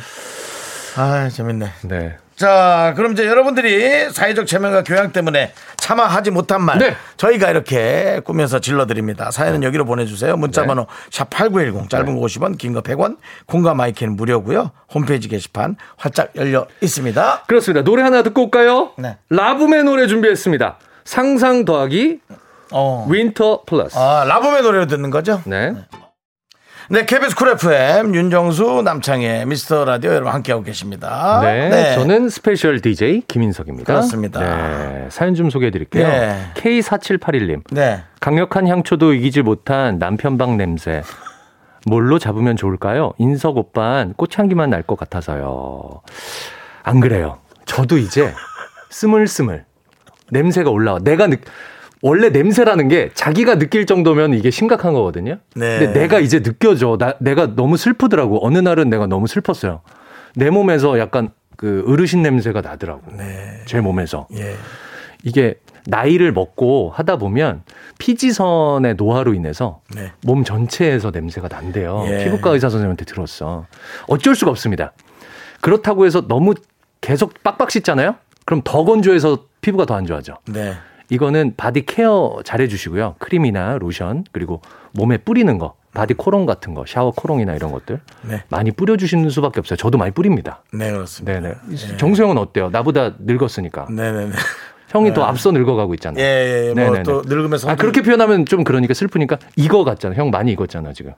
S1: 아, 재밌네.
S2: 네.
S1: 자, 그럼 이제 여러분들이 사회적 체면과 교양 때문에 차마 하지 못한 말
S2: 네.
S1: 저희가 이렇게 꾸면서 질러드립니다. 사연은 여기로 보내주세요. 문자번호
S2: 네.
S1: 샵 #8910 짧은 거 50원, 긴 거 100원, 공과 마이크는 무료고요. 홈페이지 게시판 활짝 열려 있습니다.
S2: 그렇습니다. 노래 하나 듣고 올까요?
S1: 네.
S2: 라붐의 노래 준비했습니다. 상상 더하기
S1: 어.
S2: 윈터 플러스.
S1: 아, 라붐의 노래를 듣는 거죠?
S2: 네.
S1: 네, 케빈스 쿨 FM 윤정수 남창의 미스터 라디오 여러분 함께하고 계십니다.
S2: 네. 저는 스페셜 DJ 김인석입니다.
S1: 그렇습니다.
S2: 네. 사연 좀 소개해 드릴게요.
S1: 네.
S2: K4781님.
S1: 네.
S2: 강력한 향초도 이기지 못한 남편 방 냄새. 뭘로 잡으면 좋을까요? 인석 오빤 꽃향기만 날 것 같아서요. 안 그래요. 저도 이제 스물스물 냄새가 올라와. 내가 느 원래 냄새라는 게 자기가 느낄 정도면 이게 심각한 거거든요.
S1: 네.
S2: 근데 내가 이제 느껴져. 나, 내가 너무 슬프더라고. 어느 날은 내가 너무 슬펐어요. 내 몸에서 약간 그 어르신 냄새가 나더라고.
S1: 네.
S2: 제 몸에서.
S1: 예.
S2: 이게 나이를 먹고 하다 보면 피지선의 노화로 인해서
S1: 네.
S2: 몸 전체에서 냄새가 난대요.
S1: 예.
S2: 피부과 의사 선생님한테 들었어. 어쩔 수가 없습니다. 그렇다고 해서 너무 계속 빡빡 씻잖아요? 그럼 더 건조해서 피부가 더 안 좋아져.
S1: 네.
S2: 이거는 바디 케어 잘 해주시고요. 크림이나 로션, 그리고 몸에 뿌리는 거, 바디 코롱 같은 거, 샤워 코롱이나 이런 것들
S1: 네.
S2: 많이 뿌려주시는 수밖에 없어요. 저도 많이 뿌립니다.
S1: 네, 그렇습니다.
S2: 네네. 정수영은 어때요? 나보다 늙었으니까.
S1: 네네네.
S2: 형이 더 앞서 늙어가고 있잖아요.
S1: 예, 예, 예.
S2: 네네네.
S1: 뭐또 늙으면서.
S2: 아, 그렇게 표현하면 좀 그러니까 슬프니까 익어 갔잖아. 형 많이 익었잖아, 지금.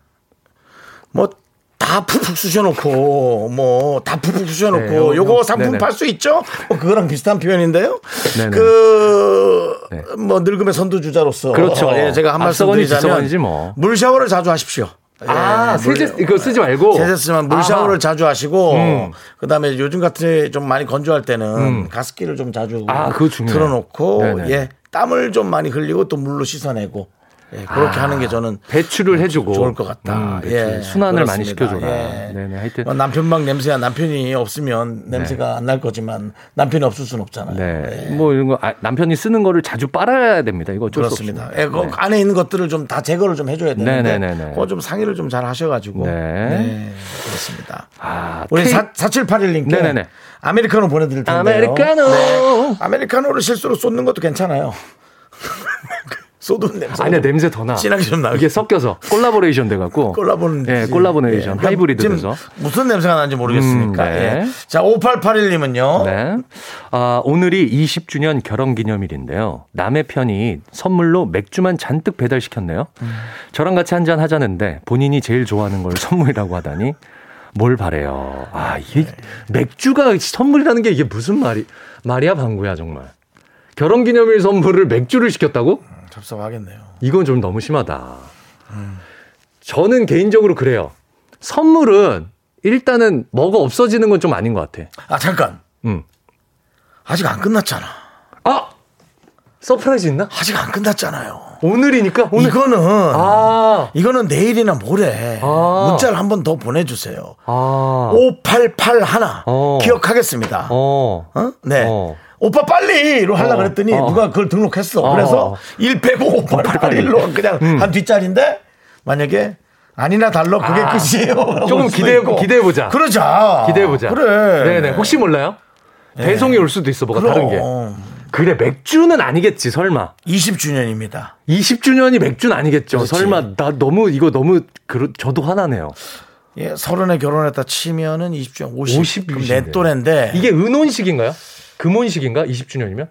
S1: 뭐 다 푹푹 쑤셔놓고, 뭐, 다 푹푹 쑤셔놓고,
S2: 네, 요-
S1: 요거
S2: 요-
S1: 상품
S2: 네네.
S1: 팔 수 있죠? 뭐 그거랑 비슷한 표현인데요?
S2: 네네.
S1: 그,
S2: 네.
S1: 뭐, 늙음의 선두주자로서.
S2: 그렇죠.
S1: 예, 제가 한 말씀
S2: 앞서거니
S1: 드리자면.
S2: 뒤서거니지 뭐.
S1: 물샤워를 자주 하십시오. 예,
S2: 아,
S1: 물- 네.
S2: 세제 이거 쓰지 말고
S1: 세제 쓰면 물샤워를
S2: 아하.
S1: 자주 하시고
S2: 음.
S1: 그다음에 요즘 같은 좀 많이 건조할 때는 가습기를 좀 자주
S2: 아, 그거 중요해요.
S1: 틀어놓고
S2: 네네.
S1: 예 땀을 좀 많이 흘리고 또 물로 씻어내고 예, 그렇게
S2: 아,
S1: 하는 게 저는
S2: 배출을 해주고 음,
S1: 좋을 것 같다.
S2: 배출.
S1: 예,
S2: 순환을 많이
S1: 그렇습니다.
S2: 시켜줘라.
S1: 예.
S2: 네네. 하여튼
S1: 어, 남편 막 냄새야 남편이 없으면 냄새가 안 날 거지만 남편이 없을 순 없잖아요. 예,
S2: 네. 뭐 이런 거 아, 남편이 쓰는 거를 자주 빨아야 됩니다. 이거 어쩔
S1: 그렇습니다.
S2: 수
S1: 예, 그
S2: 없습니다. 네.
S1: 안에 있는 것들을 좀 다 제거를 좀 해줘야 되는데,
S2: 네네네네.
S1: 그거 좀 상의를 좀 잘 하셔가지고,
S2: 네.
S1: 네, 그렇습니다.
S2: 아,
S1: 우리
S2: 케이-
S1: 사, 4781님께
S2: 네네네.
S1: 아메리카노 보내드릴 텐데요. 네.
S2: 아메리카노.
S1: 아메리카노를 실수로 쏟는 것도 괜찮아요. [laughs] 그 쏟은 냄새.
S2: 아니야 냄새 더 나.
S1: 진하게 좀 나게.
S2: 이게 섞여서 콜라보레이션 돼갖고
S1: [laughs] 콜라보는
S2: 예,
S1: 냄새.
S2: 콜라보레이션
S1: 예.
S2: 하이브리드
S1: 지금
S2: 돼서
S1: 무슨 냄새가 나는지 모르겠으니까.
S2: 음, 네.
S1: 예. 자, 5881님은요.
S2: 네. 아, 오늘이 20주년 결혼 기념일인데요. 남의 편이 선물로 맥주만 잔뜩 배달시켰네요. 저랑 같이 한잔 하자는데 본인이 제일 좋아하는 걸 선물이라고 하다니 뭘 바래요. 아, 이게 맥주가 선물이라는 게 이게 무슨 말이 말이야 방구야 정말. 결혼 기념일 선물을 맥주를 시켰다고?
S1: 접속하겠네요.
S2: 이건 좀 너무 심하다. 저는 개인적으로 그래요. 선물은 일단은 먹어 없어지는 건 좀 아닌 것 같아.
S1: 아, 잠깐.
S2: 음.
S1: 아직 안 끝났잖아.
S2: 아! 서프라이즈 있나?
S1: 아직 안 끝났잖아요.
S2: 오늘이니까? 오늘.
S1: 이거는
S2: 아.
S1: 이거는 내일이나 모레
S2: 아.
S1: 문자를 한 번 더 보내주세요.
S2: 아.
S1: 5881 하나
S2: 어.
S1: 기억하겠습니다.
S2: 어.
S1: 어? 네.
S2: 어.
S1: 오빠 빨리로 하려고
S2: 어.
S1: 그랬더니
S2: 어.
S1: 누가 그걸 등록했어.
S2: 어. 음.
S1: 그래서 1 빼고 5881로 그냥 한 뒷자리인데 만약에 아니나 달러 그게
S2: 아.
S1: 끝이에요.
S2: [laughs]
S1: 라고
S2: 조금
S1: 할 수도
S2: 기대해-
S1: 있고.
S2: 기대해보자.
S1: 그러자.
S2: 기대해보자.
S1: 아, 그래. 예.
S2: 네네. 혹시 몰라요? 배송이 올 수도 있어, 뭐가 다른 게.
S1: 그럼.
S2: 그래, 맥주는 아니겠지, 설마.
S1: 20주년입니다.
S2: 20주년이 맥주는 아니겠죠.
S1: 그렇지.
S2: 설마, 나 너무, 이거 너무, 그러, 저도 화나네요.
S1: 예, 서른에 결혼했다 치면은 20주년 50.
S2: 50
S1: 그럼
S2: 이신데.
S1: 내 또래인데.
S2: 이게 은혼식인가요? 금혼식인가? 20주년이면?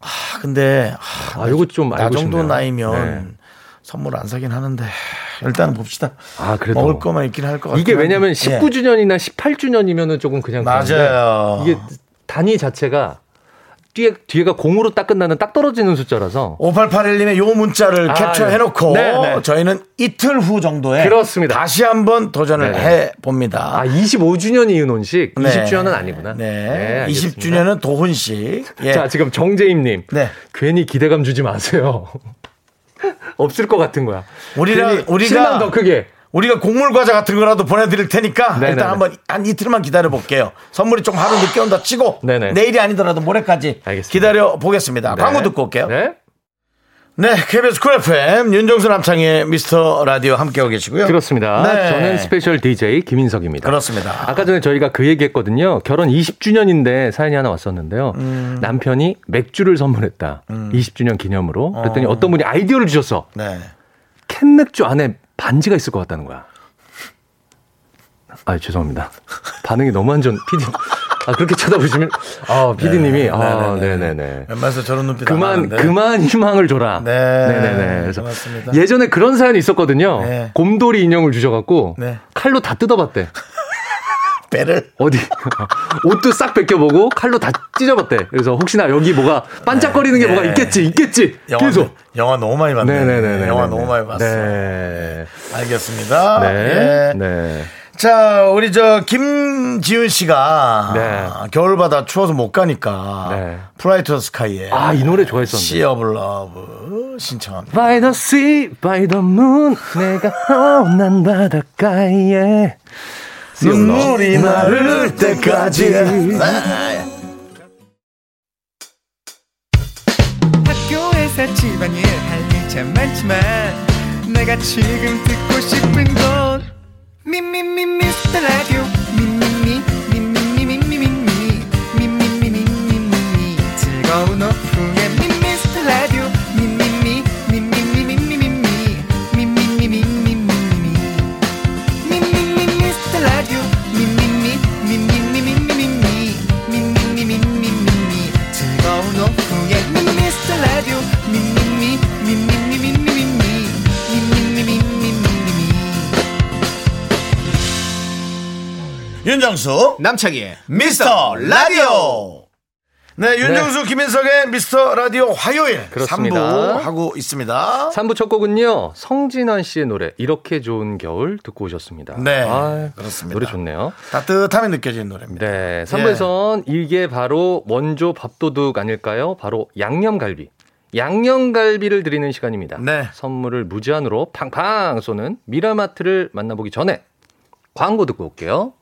S1: 아, 근데 아,
S2: 아, 요거 좀
S1: 나
S2: 알고
S1: 정도
S2: 싶네요.
S1: 나이면
S2: 네.
S1: 선물 안 사긴 하는데 일단은 봅시다.
S2: 아, 그래도.
S1: 먹을 것만 있긴 예. 할 것 같아요.
S2: 이게 왜냐면 19주년이나 18주년이면은 조금 그냥. 그런데
S1: 맞아요.
S2: 이게 단위 자체가 뒤에 뒤에가 공으로 딱 끝나는 딱 떨어지는 숫자라서
S1: 5881님의 요 문자를
S2: 아,
S1: 캡처해놓고
S2: 네. 네, 네.
S1: 저희는 이틀 후 정도에
S2: 그렇습니다.
S1: 다시 한번 도전을
S2: 네,
S1: 해봅니다.
S2: 아 25주년이 은혼식
S1: 네.
S2: 20주년은 아니구나.
S1: 네.
S2: 알겠습니다.
S1: 20주년은 도훈식. 예.
S2: [laughs] 자 지금 정재임님
S1: 네.
S2: 괜히 기대감 주지 마세요. [laughs] 없을 것 같은 거야.
S1: 우리가-
S2: 괜히
S1: 우리가-
S2: 실망 더 크게.
S1: 우리가 곡물 과자 같은 거라도 보내드릴 테니까
S2: 네, 네,
S1: 일단
S2: 네.
S1: 한번 한 이틀만 기다려볼게요. 선물이 좀 하루 늦게 온다 치고
S2: 네, 네.
S1: 내일이 아니더라도 모레까지
S2: 알겠습니다.
S1: 기다려보겠습니다. 광고 듣고 올게요.
S2: 네.
S1: 네, KBS 쿨 FM 윤정수 남창의 미스터 라디오 함께하고 계시고요.
S2: 그렇습니다.
S1: 네.
S2: 저는 스페셜 DJ 김인석입니다.
S1: 그렇습니다.
S2: 아까 전에 저희가 그 얘기했거든요. 결혼 20주년인데 사연이 하나 왔었는데요.
S1: 음.
S2: 남편이 맥주를 선물했다. 20주년 기념으로. 그랬더니 어. 떤 분이 아이디어를 주셔서
S1: 네.
S2: 캔 맥주 안에 반지가 있을 것 같다는 거야. 아 죄송합니다. 반응이 너무 안 좋은 PD. 아 그렇게 쳐다보시면 아
S1: 네.
S2: PD님이 아 네네네.
S1: 웬만해서 저런 눈빛 안
S2: 그만
S1: 하는데.
S2: 그만 희망을 줘라.
S1: 네.
S2: 네네네. 그래서
S1: 고맙습니다.
S2: 예전에 그런 사연이 있었거든요.
S1: 네.
S2: 곰돌이 인형을 주셔갖고
S1: 네.
S2: 칼로 다 뜯어봤대.
S1: 배를
S2: 어디 [laughs] 옷도 싹 벗겨보고 칼로 다 찢어봤대. 그래서 혹시나 여기 뭐가 반짝거리는 게
S1: 네.
S2: 뭐가 있겠지, 있겠지.
S1: 영화,
S2: 계속.
S1: 영화 너무 많이 봤네.
S2: 네네네.
S1: 영화 너무 많이 봤어.
S2: 네.
S1: 알겠습니다.
S2: 네.
S1: 예.
S2: 네.
S1: 자, 우리 저 김 김지은 씨가
S5: 네.
S1: 겨울바다 추워서 못 가니까
S5: 네.
S1: 프라이트 스카이의
S5: 아 이 노래 좋아했었는데.
S1: Sea of Love 신청합니다.
S5: By the sea, by the moon, 내가 허난 바닷가에
S1: 눈물이 마를 때까지 네.
S6: 학교에서 집안일 할 일 참 많지만 내가 지금 듣고 싶은 건 미미미 미스터 라디오 미미미 미미미 미미미 미미미 미미미 미미미 즐거운 오후에 미미스터 라디오 미미미 미미미 미미미 미미미 미미미 미미미
S1: 윤정수
S7: 남창희의
S1: 미스터 라디오. 네, 윤정수 김인석의 미스터 라디오 화요일
S2: 그렇습니다.
S1: 3부 하고 있습니다.
S2: 3부 첫 곡은요. 성진환 씨의 노래 이렇게 좋은 겨울 듣고 오셨습니다.
S1: 네,
S2: 아유,
S1: 그렇습니다.
S2: 노래 좋네요.
S1: 따뜻함이 느껴지는 노래입니다.
S2: 네.
S1: 예.
S2: 3부에선 이게 바로 원조 밥도둑 아닐까요? 바로 양념갈비. 양념갈비를 드리는 시간입니다.
S1: 네.
S2: 선물을 무제한으로 팡팡 쏘는 미라마트를 만나보기 전에 광고 듣고 올게요.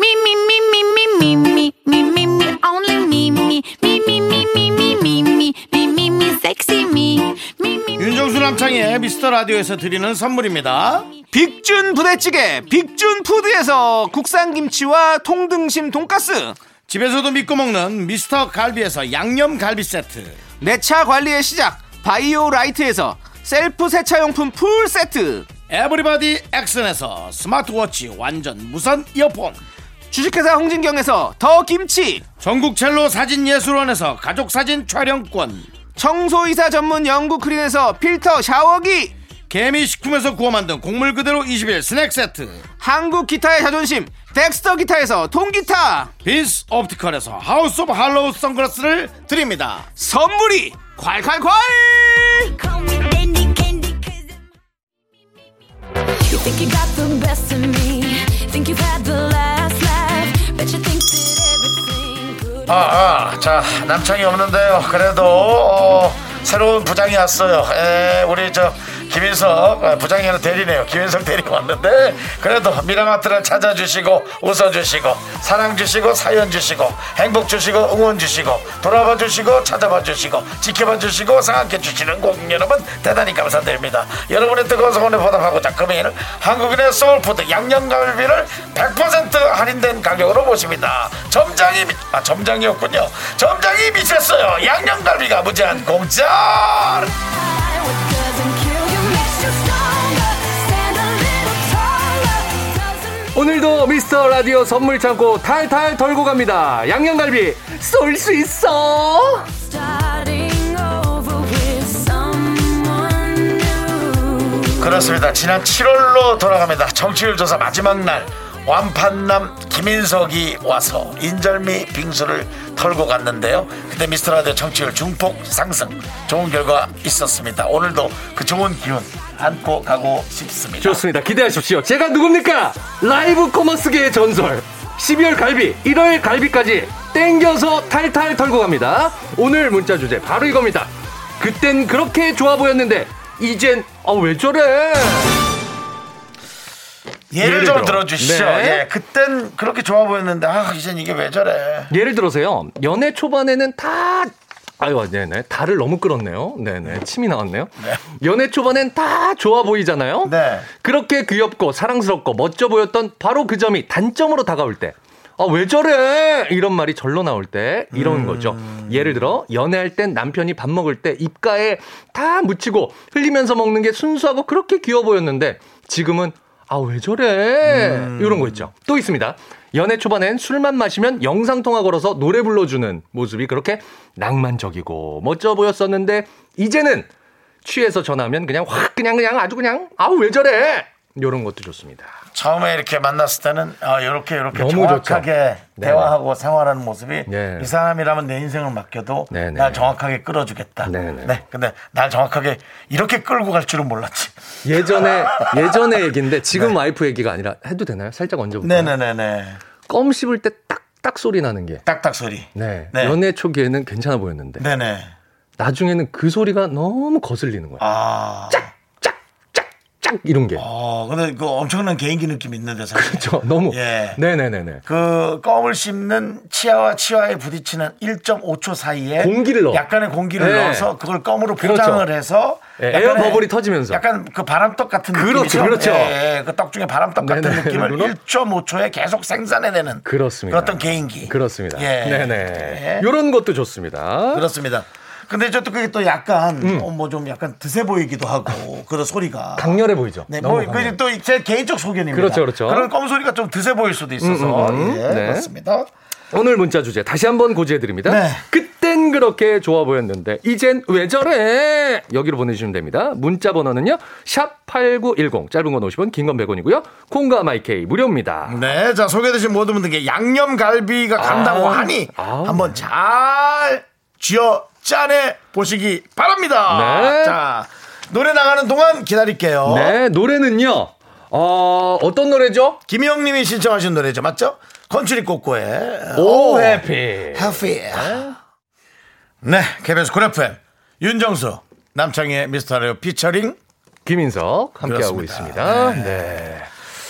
S3: Me, me, me, me, me, me, me, me, me, me, only me, me, me, me, me, me, me, me, me, me, me, me, sexy me, me, me,
S1: 윤정수 남창의 미스터 라디오에서 드리는 선물입니다.
S7: 빅준 부대찌개 빅준푸드에서 국산김치와 통등심 돈가스
S1: 집에서도 믿고 먹는 미스터 갈비에서 양념 갈비 세트.
S7: 내 차 관리의 시작 바이오라이트에서 셀프 세차용품 풀세트
S1: 에브리바디 액션에서 스마트워치 완전 무선 이어폰.
S7: 주식회사 홍진경에서 더김치
S1: 전국 첼로 사진 예술원에서 가족 사진 촬영권.
S7: 청소이사 전문 영구크린에서 필터 샤워기
S1: 개미 식품에서 구워 만든 곡물 그대로 21 스낵 세트.
S7: 한국 기타의 자존심 덱스터 기타에서 통기타
S1: 빈스 옵티컬에서 하우스 오브 할로우 선글라스를 드립니다.
S7: 선물이 콸콸콸
S4: Call me Dandy Candy, 'cause I'm- You think you got the best of me. Think you've had the last laugh. Bet you think that everything good.
S1: 아, 아, 자, 남창이 없는데요. 그래도, 어, 새로운 부장이 왔어요. 에, 우리 저, 김인석, 아, 부장이 하나 대리네요. 김인석 대리가 왔는데, 그래도 미라마트를 찾아주시고, 웃어주시고, 사랑 주시고, 사연 주시고, 행복 주시고, 응원 주시고, 돌아봐 주시고, 찾아봐 주시고, 지켜봐 주시고, 생각해 주시는 고객 여러분, 대단히 감사드립니다. 여러분의 뜨거운 성원에 보답하고자 금일 한국인의 소울푸드 양념갈비를 100% 할인된 가격으로 모십니다. 점장이 미- 아 점장이었군요. 점장이 미쳤어요. 양념갈비가 무제한 공짜.
S4: What doesn't kill you makes you stronger. Stand a little taller. Doesn't
S2: 오늘도 미스터 라디오 선물 창고 탈탈 털고 갑니다. 양념갈비 쏠 수 있어.
S4: starting over with someone new.
S1: 그렇습니다. 지난 7월로 돌아갑니다. 정치율 조사 마지막 날 완판남 김인석이 와서 인절미 빙수를 털고 갔는데요. 그때 미스터라디오 정치율 중폭 상승 좋은 결과 있었습니다. 오늘도 그 좋은 기운 안고 가고 싶습니다.
S2: 좋습니다. 기대하십시오. 제가 누굽니까? 라이브 커머스계의 전설. 12월 갈비, 1월 갈비까지 땡겨서 탈탈 털고 갑니다. 오늘 문자 주제 바로 이겁니다. 그땐 그렇게 좋아 보였는데 이젠 아 왜 저래?
S1: 예를
S2: 예를
S1: 좀
S2: 들어.
S1: 들어주시죠.
S2: 네.
S1: 예, 그땐 그렇게 좋아 보였는데 아 이젠 이게 왜 저래.
S2: 예를 들어서요. 연애 초반에는 다 아유, 네네. 다를 너무 끌었네요. 네네. 침이 나왔네요. 연애 초반엔 다 좋아 보이잖아요.
S1: 네.
S2: 그렇게 귀엽고 사랑스럽고 멋져 보였던 바로 그 점이 단점으로 다가올 때. 아, 왜 저래? 이런 말이 절로 나올 때 이런 거죠. 예를 들어 연애할 땐 남편이 밥 먹을 때 입가에 다 묻히고 흘리면서 먹는 게 순수하고 그렇게 귀여워 보였는데 지금은 아, 왜 저래? 이런 거 있죠. 또 있습니다. 연애 초반엔 술만 마시면 영상통화 걸어서 노래 불러주는 모습이 그렇게 낭만적이고 멋져 보였었는데 이제는 취해서 전화하면 그냥 확 그냥 그냥 아주 그냥 아우 왜 저래 요런 것도 좋습니다.
S1: 처음에 이렇게 만났을 때는 아, 이렇게 이렇게
S2: 너무
S1: 정확하게
S2: 네.
S1: 대화하고 생활하는 모습이
S2: 네.
S1: 이 사람이라면 내 인생을 맡겨도
S2: 네, 네.
S1: 날 정확하게 끌어주겠다.
S2: 네,
S1: 네,
S2: 네.
S1: 근데 날 정확하게 이렇게 끌고 갈 줄은 몰랐지. [laughs]
S2: 예전에 예전에 얘기인데 지금 와이프 얘기가 아니라 해도 되나요? 살짝 얹어볼까요?
S1: 네. 네네네네.
S2: 껌 씹을 때 딱딱 소리 나는 게.
S1: 딱딱 소리.
S2: 네.
S1: 네.
S2: 연애 초기에는 괜찮아 보였는데
S1: 네네.
S2: 나중에는 그 소리가 너무 거슬리는 거야.
S1: 아. 짝.
S2: 짝 이런 게.
S1: 어, 근데 그 엄청난 개인기 느낌 이 있는데 사실.
S2: 저 너무.
S1: 예.
S2: 네네네네.
S1: 그 껌을 씹는 치아와 치아에 부딪히는 1.5초 사이에
S2: 공기를 넣어.
S1: 약간의 공기를
S2: 네.
S1: 넣어서 그걸 껌으로
S2: 그렇죠.
S1: 포장을 해서
S2: 예,
S1: 약간의-
S2: 에어 버블이 터지면서.
S1: 약간 그 바람떡 같은
S2: 그렇죠,
S1: 느낌이죠.
S2: 그렇죠.
S1: 예, 예, 그떡 중에 바람떡 같은
S2: 네네,
S1: 느낌을
S2: 그리고-
S1: 1.5초에 계속 생산해내는
S2: 그렇습니다.
S1: 그 어떤 개인기.
S2: 그렇습니다.
S1: 예.
S2: 네네.
S1: 예.
S2: 이런 것도 좋습니다.
S1: 그렇습니다. 근데 저도 그게 또 약간
S2: 음.
S1: 뭐 좀 약간 드세 보이기도 하고 그런 소리가
S2: 강렬해 보이죠.
S1: 네,
S2: 너무
S1: 뭐,
S2: 강렬해.
S1: 그게 또제 개인적 소견입니다.
S2: 그렇죠, 그렇죠.
S1: 런 껌소리가 좀 드세 보일 수도 있어서.
S2: 음, 음, 음.
S1: 예,
S2: 네.
S1: 그렇습니다.
S2: 오늘 문자 주제 다시 한번 고지해 드립니다.
S1: 네.
S2: 그땐 그렇게 좋아 보였는데 이젠 왜 저래? 여기로 보내주시면 됩니다. 문자 번호는요. 샵 #8910 짧은 건 50원, 긴 건 100원이고요. 콩과 마이케이 무료입니다.
S1: 네, 자, 소개되신 모든 분들께 양념갈비가 간다고
S2: 아,
S1: 하니
S2: 아.
S1: 한번 잘 쥐어 짜내 보시기 바랍니다.
S2: 네.
S1: 자, 노래 나가는 동안 기다릴게요.
S2: 네 노래는요. 어, 어떤 노래죠?
S1: 김희영 님이 신청하신 노래죠. 맞죠? 컨츄리 꼬꼬의
S2: 오 해피.
S1: 해피. 네, KBS 쿨 FM 윤정수 남창희의 미스터라디오 피처링
S2: 김인석 함께하고
S1: 그렇습니다.
S2: 있습니다. 네.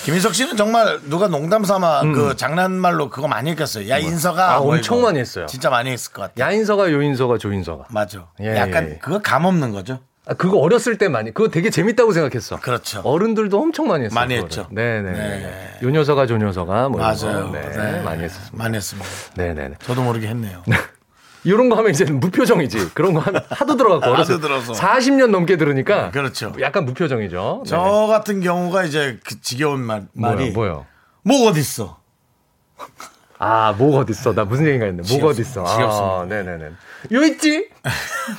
S1: 김인석 씨는 정말 누가 농담 삼아 그 장난말로 그거 많이 했겠어요. 야 인서가
S2: 음. 아,
S1: 뭐
S2: 엄청
S1: 이거.
S2: 많이 했어요.
S1: 진짜 많이 했을 것 같아.
S2: 야인서가 요인서가 조인서가.
S1: 맞아.
S2: 예,
S1: 약간
S2: 예.
S1: 그거 감 없는 거죠.
S2: 아, 그거 어렸을 때 많이 그거 되게 재밌다고 생각했어.
S1: 그렇죠.
S2: 어른들도 엄청 많이 했어요.
S1: 많이
S2: 그거를.
S1: 했죠.
S2: 네네. 네. 요 녀석아 저 녀석아 뭐 이런
S1: 맞아요.
S2: 거. 네,
S1: 네.
S2: 많이 했었습니다.
S1: 많이 했습니다.
S2: 네네네.
S1: 저도 모르게 했네요.
S2: 이런 거 하면 이제 무표정이지. 그런 거 하면 하도 들어가고
S1: 하도
S2: 어렸을 때
S1: 들어서.
S2: 40년 넘게 들으니까
S1: 그렇죠.
S2: 약간 무표정이죠. 네.
S1: 저 같은 경우가 이제 그 지겨운 말,
S2: 뭐요,
S1: 말이
S2: 뭐요?
S1: 목 어디 있어?
S2: 아, 목 어디 있어? 나 무슨 얘기가 있는데. 목 어디 있어?
S1: 지겹습니다. 지겹습니다.
S2: 아, 네네네. 요 있지?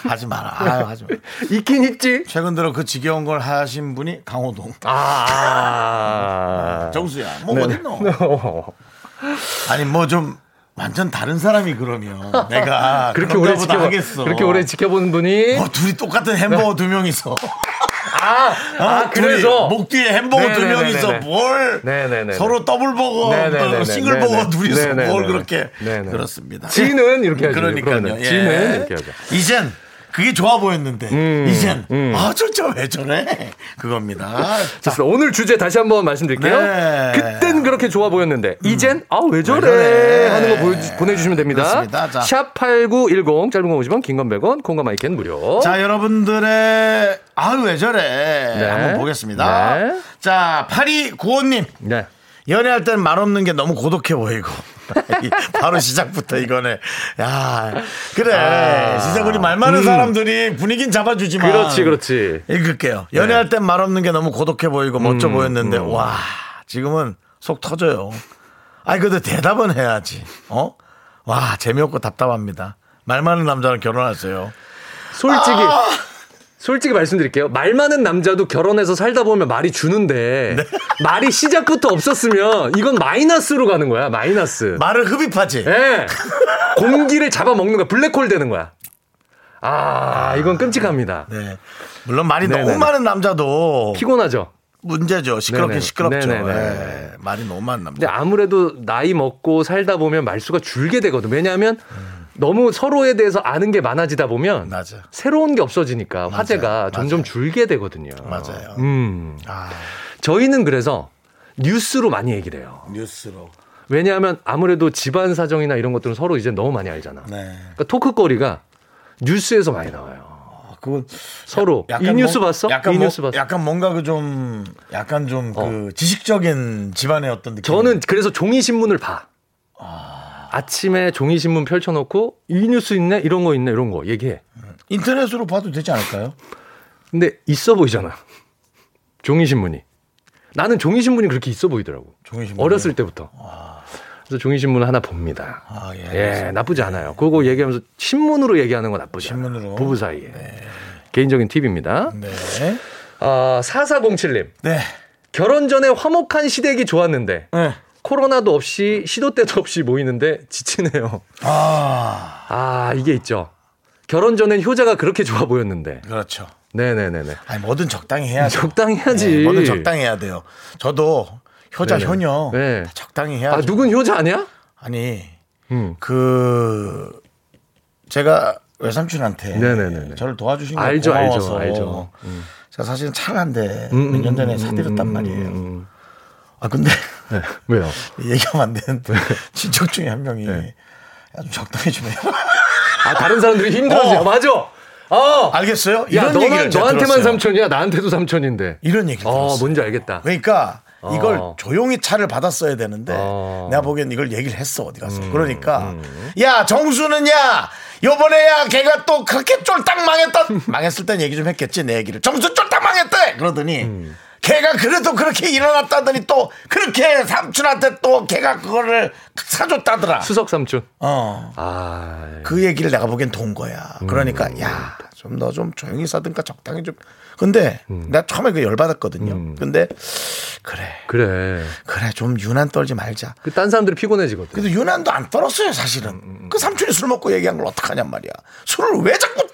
S1: 하지
S2: [laughs]
S1: 마라. 아유, 하지 마.
S2: 있긴 있지.
S1: 최근 들어 그 지겨운 걸 하신 분이 강호동.
S2: 아.
S1: 정수야, 목 어디 있노?
S2: 네.
S1: 아니 뭐 좀 완전 다른 사람이 그러면 내가
S2: [laughs] 그렇게 오래
S1: 그런가 보다
S2: 지켜
S1: 하겠어.
S2: 그렇게 오래 지켜본 분이
S1: 뭐 둘이 똑같은 햄버거 두 명이서.
S2: 네.
S1: 어,
S2: 아, 아
S1: 둘이
S2: 그래서
S1: 목 뒤에 햄버거 두
S2: 네네네네네.
S1: 명이서 뭘
S2: 네네네네.
S1: 서로 더블 버거,
S2: 네네네네.
S1: 싱글 버거
S2: 네네.
S1: 둘이서 뭘
S2: 네네네네.
S1: 그렇게
S2: 네네.
S1: 그렇습니다.
S2: 지는 이렇게 하죠.
S1: 그러니까요. 예.
S2: 그러면은. 지는 이렇게 하죠. 음,
S1: 이젠 그게 좋아 보였는데 이젠 아 진짜 왜 저래?
S2: [laughs]
S1: 그겁니다. 자,
S2: 좋습니다. 오늘 주제 다시 한번 말씀드릴게요.
S1: 네. 음.
S2: 그땐 그렇게 좋아 보였는데 이젠 아 왜 저래
S1: 저래?
S2: 하는 거 보여주, 보내주시면 됩니다.
S1: 그렇습니다. 자.
S2: 샵 #8910 짧은 건 50원, 긴 건 100원, 콩과 마이크는 무료.
S1: 자, 여러분들의 아 왜 저래? 한번 보겠습니다.
S2: 네.
S1: 자, 파리 구호님.
S2: 네.
S1: 연애할 땐 말 없는 게 너무 고독해 보이고. [laughs] 바로 시작부터 이거네. 야, 그래. 진짜 우리 말 많은 사람들이 분위기는 잡아주지만.
S2: 아. 음. 그렇지, 네. 그렇지.
S1: 읽을게요. 연애할 땐 말 없는 게 너무 고독해 보이고 멋져
S2: 음,
S1: 보였는데, 와, 지금은 속 터져요. 아니, 그래도 대답은 해야지. 어? 와, 재미없고 답답합니다. 말 많은 남자는 결혼하세요.
S2: 솔직히
S1: 아.
S2: 솔직히 말씀드릴게요. 말 많은 남자도 결혼해서 살다 보면 말이 주는데
S1: 네.
S2: 말이 시작부터 없었으면 이건 마이너스로 가는 거야. 마이너스.
S1: 말을 흡입하지.
S2: 예. 공기를 잡아먹는 거야. 블랙홀 되는 거야. 아, 이건 끔찍합니다.
S1: 네. 물론 말이
S2: 네네네.
S1: 너무 많은 남자도
S2: 피곤하죠.
S1: 문제죠. 시끄럽긴
S2: 네네.
S1: 시끄럽죠.
S2: 네네네.
S1: 예. 말이 너무 많은 남자.
S2: 근데 아무래도 나이 먹고 살다 보면 말수가 줄게 되거든. 왜냐하면 너무 서로에 대해서 아는 게 많아지다 보면
S1: 맞아.
S2: 새로운 게 없어지니까 화제가 점점 줄게 되거든요.
S1: 맞아요.
S2: 음.
S1: 아,
S2: 저희는 그래서 뉴스로 많이 얘기를 해요.
S1: 뉴스로.
S2: 왜냐하면 아무래도 집안 사정이나 이런 것들은 서로 이제 너무 많이 알잖아.
S1: 네.
S2: 그러니까 토크거리가 뉴스에서 많이 나와요.
S1: 아, 그건
S2: 서로 이
S1: 약간
S2: 뉴스
S1: 뭔-
S2: 봤어?
S1: 약간
S2: 이
S1: 뭐-
S2: 뉴스 봤어? 어.
S1: 약간 뭔가 그 좀 약간 좀 그 지식적인 집안의 어떤 느낌.
S2: 저는 그래서 종이 신문을 봐.
S1: 아.
S2: 아침에 종이 신문 펼쳐놓고 이 뉴스 있네 이런 거 있네 이런 거 얘기해.
S1: 인터넷으로 봐도 되지 않을까요?
S2: 근데 있어 보이잖아. [laughs] 종이 신문이. 나는 종이 신문이 그렇게 있어 보이더라고.
S1: 종이신문.
S2: 어렸을 때부터. 그래서 종이 신문을 하나 봅니다.
S1: 아, 예.
S2: 예, 나쁘지 않아요. 그거 얘기하면서 신문으로 얘기하는 건 나쁘지 않아요.
S1: 신문으로.
S2: 부부 사이에. 개인적인 팁입니다.
S1: 네.
S2: 아, 4407님.
S1: 네.
S2: 결혼 전에 화목한 시댁이 좋았는데 코로나도 없이 시도 때도 없이 모이는데 지치네요.
S1: 아,
S2: 아, 이게 있죠. 결혼 전엔 효자가 그렇게 좋아 보였는데.
S1: 그렇죠.
S2: 네네네네.
S1: 아니, 뭐든 적당히 해야죠.
S2: 적당히 해야지.
S1: 네, 뭐든 적당히 해야 돼요. 저도 효자
S2: 네.
S1: 효녀
S2: 네.
S1: 다 적당히 해야죠.
S2: 아 누군 효자 아니야?
S1: 아니
S2: 음.
S1: 그 제가 외삼촌한테
S2: 네네네네.
S1: 저를 도와주신 거
S2: 알죠,
S1: 고마워서
S2: 알죠, 알죠. 음.
S1: 제가 사실은 차를 한대
S2: 음,
S1: 몇 년
S2: 음,
S1: 전에
S2: 음,
S1: 사드렸단
S2: 음,
S1: 말이에요.
S2: 음.
S1: 아 근데
S2: 네. 네. 왜요?
S1: [laughs] 얘기하면 안 되는데 친척 중에 한 명이 야, 좀 적당히 좀 해.
S2: 아 다른 사람들이 힘들어지.
S1: 어.
S2: 맞아. 어.
S1: [laughs] 알겠어요?
S2: 야
S1: 이런
S2: 너는
S1: 얘기를 제가
S2: 너한테만
S1: 들었어요.
S2: 삼촌이야. 나한테도 삼촌인데.
S1: 이런 얘기.
S2: 어
S1: 들었어요.
S2: 뭔지 알겠다.
S1: 그러니까
S2: 어.
S1: 이걸 조용히 차를 받았어야 되는데
S2: 어. 음,
S1: 내가 보기엔 이걸 얘기를 했어 어디 가서 그러니까 야 정수는 야 요번에 야 걔가 또 그렇게 쫄딱 망했다 [laughs] 망했을 땐 얘기 좀 했겠지 내 얘기를 정수 쫄딱 망했대 그러더니
S2: 음.
S1: 걔가 그래도 그렇게 일어났다더니 또 그렇게 삼촌한테 또 걔가 그거를 사줬다더라
S2: 수석 삼촌.
S1: 어.
S2: 아. 예.
S1: 그 얘기를 내가 보기엔 돈 거야.
S2: 음.
S1: 그러니까 야, 좀 너 좀 조용히 싸든가 적당히 좀. 근데 내가 처음에 그 열받았거든요. 근데 그래.
S2: 그래.
S1: 그래 좀 유난 떨지 말자.
S2: 그 딴 사람들이 피곤해지거든.
S1: 그래도 유난도 안 떨었어요
S2: 음,
S1: 사실은. 그 삼촌이 술 먹고 얘기한 걸 어떡하냔 말이야. 술을 왜 자꾸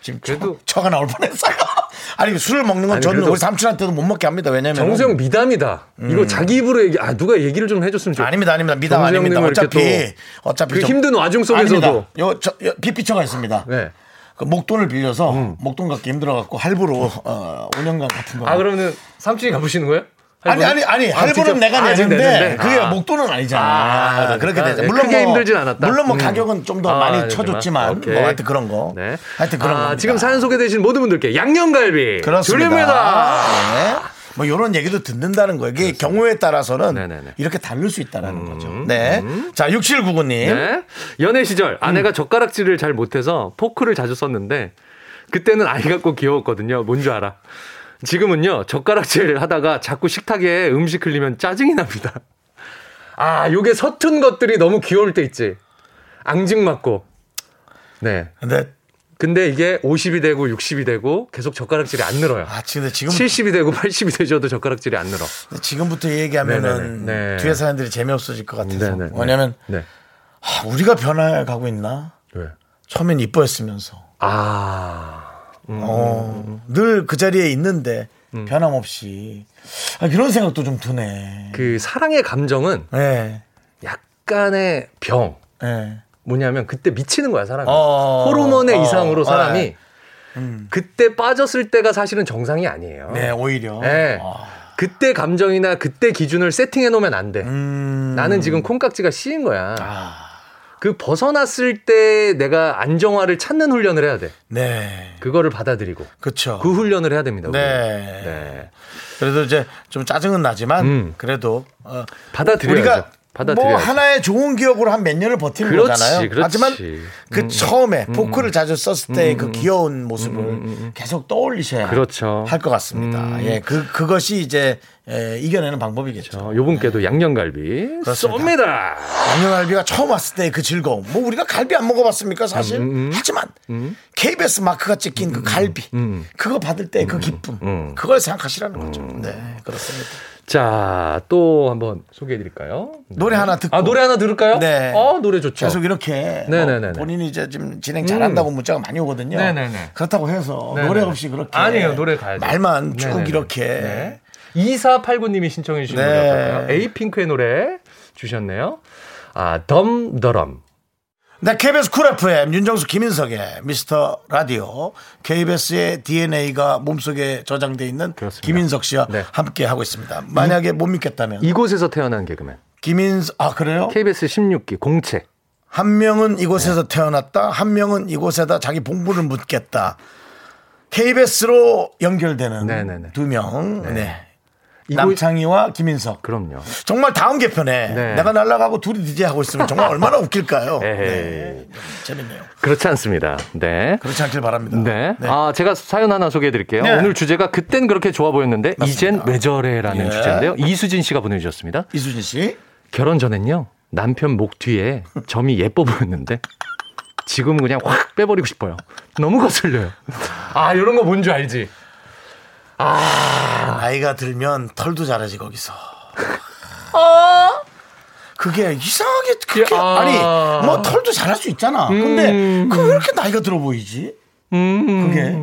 S1: 지금
S2: 그래도-
S1: 저, 가 나올 뻔했어요. [laughs] 아니 술을 먹는 건
S2: 아니,
S1: 저는
S2: 그래도-
S1: 우리 삼촌한테도 못 먹게 합니다. 왜냐면
S2: 정수영 미담이다. 이거 자기 입으로 얘기. 아 누가 얘기를 좀 해줬으면 좋겠다.
S1: 음. 아닙니다, 아닙니다. 미담
S2: 정수
S1: 아닙니다.
S2: 형님을
S1: 어차피
S2: 이렇게
S1: 어차피
S2: 그 힘든 와중 속에서도.
S1: 아닙니다. 요, 저, 요 빚비처가 있습니다.
S2: 네. 음.
S1: 그 목돈을 빌려서 목돈 갖기 힘들어 갖고 할부로 어, 5년간 같은 거.
S2: 아 그러면은 삼촌이 가보시는 거예요?
S1: 아니 아니 아니 할부는
S2: 직접-
S1: 내가
S2: 아, 지금
S1: 내는데,
S2: 내는데?
S1: 그게
S2: 아.
S1: 목돈은 아니잖아.
S2: 아, 그러니까.
S1: 그렇게 되죠.
S2: 네,
S1: 물론
S2: 크게
S1: 뭐,
S2: 힘들진 않았다.
S1: 물론 뭐
S2: 음.
S1: 가격은 좀 더
S2: 아,
S1: 많이
S2: 그렇구나.
S1: 쳐줬지만
S2: 오케이.
S1: 뭐 하여튼 그런 거.
S2: 네.
S1: 하여튼 그런
S2: 아,
S1: 거.
S2: 지금 사연 소개되신 모든 분들께 양념갈비
S1: 그렇습니다.
S2: 드립니다.
S1: 네. 뭐 이런 얘기도 듣는다는 거예요. 이게 경우에 따라서는
S2: 네네네. 음.
S1: 이렇게 다를 수 있다는 거죠. 네. 자, 6799님.
S2: 네. 연애 시절
S1: 음.
S2: 아내가 젓가락질을 잘 못해서 포크를 자주 썼는데 그때는 아이 같고 귀여웠거든요. 뭔 줄 알아? 지금은요 젓가락질 하다가 자꾸 식탁에 음식 흘리면 짜증이 납니다. 아 요게 서툰 것들이 너무 귀여울 때 있지. 앙증 맞고. 네.
S1: 근데
S2: 근데 이게 50이 되고 60이 되고 계속 젓가락질이 안 늘어요.
S1: 아, 지금 지금
S2: 70이 되고 80이 되셔도 젓가락질이 안 늘어.
S1: 지금부터 이 얘기하면은
S2: 네네네. 네.
S1: 뒤에 사람들이 재미없어질 것 같아서.
S2: 네네네.
S1: 왜냐면
S2: 네.
S1: 아, 우리가 변화가고 있나?
S2: 왜?
S1: 처음엔 이뻐했으면서
S2: 아.
S1: 어, 늘 그 자리에 있는데
S2: 음.
S1: 변함없이 아, 이런 생각도 좀 드네.
S2: 그 사랑의 감정은
S1: 예,
S2: 약간의 병.
S1: 예.
S2: 뭐냐면 그때 미치는 거야, 사람이.
S1: 어.
S2: 호르몬의
S1: 어.
S2: 이상으로 사람이
S1: 네. 음.
S2: 그때 빠졌을 때가 사실은 정상이 아니에요.
S1: 네, 오히려.
S2: 예.
S1: 아,
S2: 그때 감정이나 그때 기준을 세팅해 놓으면 안 돼.
S1: 음.
S2: 나는 지금 콩깍지가 씌인 거야.
S1: 아,
S2: 그 벗어났을 때 내가 안정화를 찾는 훈련을 해야 돼.
S1: 네,
S2: 그거를 받아들이고
S1: 그렇죠.
S2: 그 훈련을 해야 됩니다. 우리는.
S1: 네.
S2: 네.
S1: 그래도 이제 좀 짜증은 나지만
S2: 음.
S1: 그래도 어,
S2: 받아들여야죠.
S1: 우리가 뭐
S2: 받아들여야죠.
S1: 하나의 좋은 기억으로 한 몇 년을 버티는
S2: 그렇지,
S1: 거잖아요.
S2: 그렇지. 음,
S1: 하지만 그 처음에 포크를 자주 썼을 때의 그 귀여운 모습을
S2: 음,
S1: 계속 떠올리셔야
S2: 그렇죠.
S1: 할 것 같습니다. 예, 그 그것이 이제 예, 이겨내는 방법이겠죠.
S2: 어, 요분께도 양념갈비
S1: 그렇습니다.
S2: 쏩니다.
S1: 양념갈비가 처음 왔을 때의 그 즐거움. 뭐 우리가 갈비 안 먹어봤습니까 사실.
S2: 음,
S1: 하지만 KBS 마크가 찍힌 그 갈비
S2: 음,
S1: 그거 받을 때의 그 기쁨 그걸 생각하시라는 거죠.
S2: 음.
S1: 네, 그렇습니다.
S2: 자, 또 한번 소개해 드릴까요?
S1: 노래 하나 듣고.
S2: 아, 노래 하나 들을까요?
S1: 네.
S2: 어, 노래 좋죠.
S1: 계속 이렇게
S2: 네네네네. 음.
S1: 어, 본인이 이제 지금 진행 잘한다고 문자가 많이 오거든요.
S2: 네네네.
S1: 그렇다고 해서
S2: 네네.
S1: 어, 노래 없이 그렇게
S2: 아니에요, 노래 가야죠.
S1: 말만 쭉
S2: 네네네.
S1: 이렇게
S2: 2489님이 신청해 주신
S1: 네.
S2: 노래 어떨까요? 에이핑크의 노래 주셨네요. 아, 덤더럼.
S1: 네, KBS 쿨 FM 윤정수 김인석의 미스터 라디오 KBS의 DNA가 몸속에 저장돼 있는
S2: 그렇습니다.
S1: 김인석 씨와
S2: 네.
S1: 함께 하고 있습니다. 만약에 못 믿겠다면
S2: 이곳에서 태어난 개그맨.
S1: 김인석 아 그래요?
S2: KBS 16기 공채.
S1: 한 명은 이곳에서 태어났다. 한 명은 이곳에다 자기 봉부를 묻겠다. KBS로 연결되는
S2: 네네네.
S1: 두 명. 네.
S2: 이곳-
S1: 남창희와 김인석.
S2: 그럼요.
S1: 정말 다음 개편에
S2: 네.
S1: 내가 날아가고 둘이 DJ 하고 있으면 정말 얼마나 웃길까요?
S2: 에헤이.
S1: 재밌네요.
S2: 그렇지 않습니다. 네.
S1: 네. 그렇지 않길 바랍니다.
S2: 네.
S1: 네.
S2: 아, 제가 사연 하나 소개해 드릴게요.
S1: 네.
S2: 오늘 주제가 그땐 그렇게 좋아 보였는데 이젠 왜 저래라는
S1: 예.
S2: 주제인데요. 이수진 씨가 보내 주셨습니다.
S1: 이수진 씨.
S2: 결혼 전엔요. 남편 목 뒤에 점이 예뻐 보였는데 지금은 그냥 확 빼버리고 싶어요. 너무 거슬려요. 아, 이런 거 뭔 줄 알지?
S1: 나이가 들면 털도 자라지 거기서. 그게 이상하게 그게
S2: 아. 음.
S1: 아니 뭐 털도 자랄 수 있잖아. 근데 그왜 이렇게 나이가 들어 보이지? 그게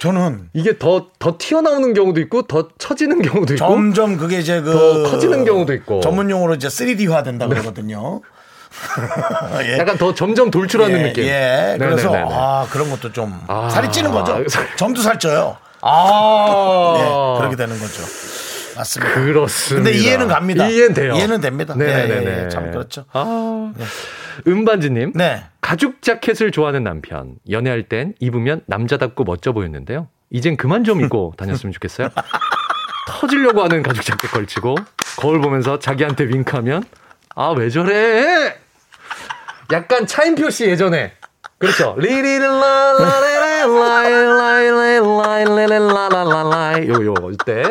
S1: 저는
S2: 이게 더, 더 튀어나오는 경우도 있고, 더 처지는 경우도 있고.
S1: 점점 그게 이제 그
S2: 더 커지는 경우도 있고. 네.
S1: 전문 용어로 이제 3D화 된다
S2: [laughs]
S1: 그러거든요. 예.
S2: 약간 더 점점 돌출하는
S1: 예,
S2: 느낌.
S1: 예. 그래서
S2: 네네네네.
S1: 아 그런 것도 좀
S2: 아.
S1: 살이 찌는
S2: [laughs]
S1: 거죠.
S2: 살-
S1: 점도 살쪄요. 예,
S2: 아.
S1: 그렇게 되는 거죠. 맞습니다.
S2: 그렇습니다.
S1: 근데 이해는 갑니다.
S2: 이해는 돼요.
S1: 이해는 됩니다.
S2: 네네네.
S1: 예, 예, 예. 참 그렇죠.
S2: 아. 음반지님.
S1: 네.
S2: 가죽 자켓을 좋아하는 남편. 연애할 땐 입으면 남자답고 멋져 보였는데요. 이젠 그만 좀 입고 다녔으면 좋겠어요. 터지려고 하는 가죽 자켓 걸치고 거울 보면서 자기한테 윙크하면 아 왜 저래? 약간 차인표 씨 예전에 그렇죠. 리리라라라라라라라라라라라라라라라 요요 이때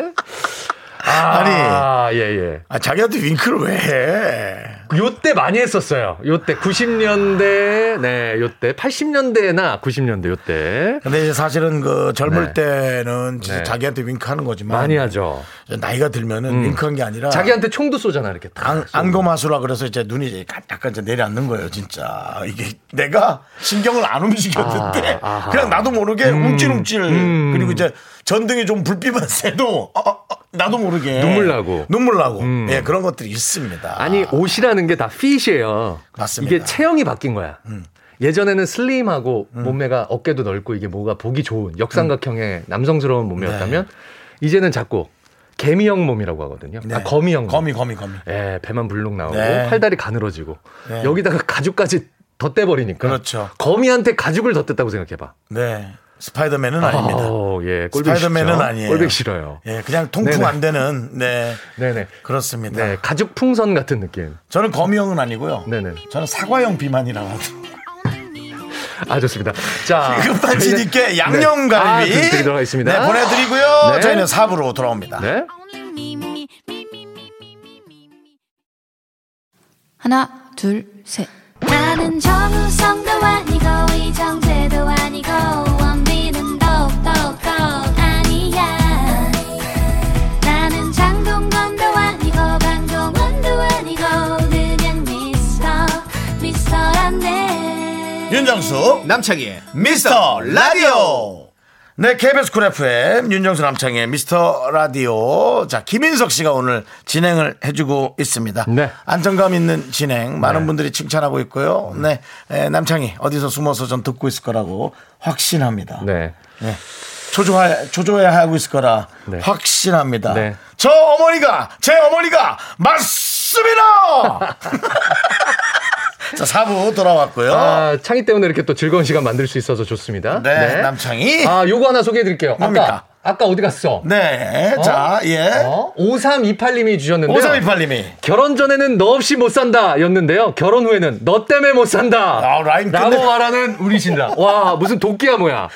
S1: 아니
S2: 아예 예.
S1: 아, 자기한테 윙크를 왜 해?
S2: 요때 많이 했었어요. 요때 90년대, 네, 요때 80년대나 90년대 요때
S1: 근데 이제 사실은 그
S2: 네.
S1: 젊을 때는 진짜
S2: 네.
S1: 자기한테 윙크하는 거지만
S2: 많이 하죠. 음.
S1: 이제 나이가 들면은 윙크한 게 아니라
S2: 자기한테 총도 쏘잖아 이렇게 다.
S1: 안, 안검하수라 그래서 이제 눈이 이제 약간 이제 내려앉는 거예요, 진짜. 이게 내가 신경을 안 움직였는데
S2: 아, 아하. 음.
S1: 그냥 나도 모르게 움찔움찔 그리고 이제 전등이 좀 불빛만 세도 어, 어, 어, 나도 모르게
S2: 눈물 나고. 음.
S1: 눈물 나고 예 그런 것들이 있습니다.
S2: 아니 옷이라는 게 다 핏이에요.
S1: 맞습니다. 음.
S2: 이게 체형이 바뀐 거야. 예전에는 슬림하고 몸매가 어깨도 넓고 이게 뭐가 보기 좋은
S1: 음.
S2: 역삼각형의 남성스러운 몸매였다면 이제는 자꾸 개미형 몸이라고 하거든요.
S1: 네.
S2: 아, 거미형. 몸.
S1: 거미 거미 거미
S2: 예, 배만 불룩 나오고
S1: 네.
S2: 팔다리 가늘어지고
S1: 네.
S2: 여기다가 가죽까지 덧대버리니까
S1: 그렇죠.
S2: 거미한테 가죽을 덧댔다고 생각해봐.
S1: 네 스파이더맨은 아닙니다.
S2: 아우, 예, 꼴보기
S1: 스파이더맨은
S2: 싫죠?
S1: 아니에요.
S2: 꼴보기 싫어요.
S1: 예 그냥 통풍
S2: 네네.
S1: 안 되는 네
S2: 네네.
S1: 그렇습니다.
S2: 네, 가죽 풍선 같은 느낌.
S1: 저는 거미형은 아니고요.
S2: 네네.
S1: 저는 사과형 비만이라고 하죠.
S2: 아 좋습니다.
S1: [laughs]
S2: 자,
S1: 급한지님께 양념
S2: 아,
S1: 갈비
S2: 드리도록 하겠습니다.
S1: 네, 보내드리고요.
S2: 네.
S1: 저희는 4부로 돌아옵니다.
S2: 네.
S3: 하나, 둘, 셋.
S4: 나는 정우성도 아니고 이정재도 아니고 원빈은 더욱더 아니야 나는 장동건도 아니고 강동원도 아니고 그냥 미스터 미스터란데
S1: 윤정수
S2: 네.
S7: 남창희의
S1: 미스터 라디오. 네, KBS 쿨 FM 윤정수 남창의 미스터 라디오. 자, 김인석 씨가 오늘 진행을 해주고 있습니다.
S2: 네.
S1: 안정감 있는 진행 많은 분들이 칭찬하고 있고요. 네, 에, 남창이 어디서 숨어서 전 듣고 있을 거라고 확신합니다.
S2: 네.
S1: 네. 초조해, 초조해 하고 있을 거라
S2: 네.
S1: 확신합니다.
S2: 네.
S1: 저 어머니가, 제 어머니가 맞습니다! [laughs] 자, 4부 돌아왔고요.
S2: 아, 창희 때문에 이렇게 또 즐거운 시간 만들 수 있어서 좋습니다.
S1: 네, 남창희.
S2: 아, 요거 하나 소개해 드릴게요.
S1: 뭡니까?
S2: 아까 아까 어디 갔어?
S1: 네. 자, 예.
S2: 어? 5328님이 주셨는데요. 아,
S1: 5328님이.
S2: 결혼 전에는 너 없이 못 산다 였는데요. 결혼 후에는 너 때문에 못 산다.
S1: 아, 라임
S2: 라고
S1: 끝내-
S2: 말하는 우리 신랑. 와, 무슨 도끼야, 뭐야.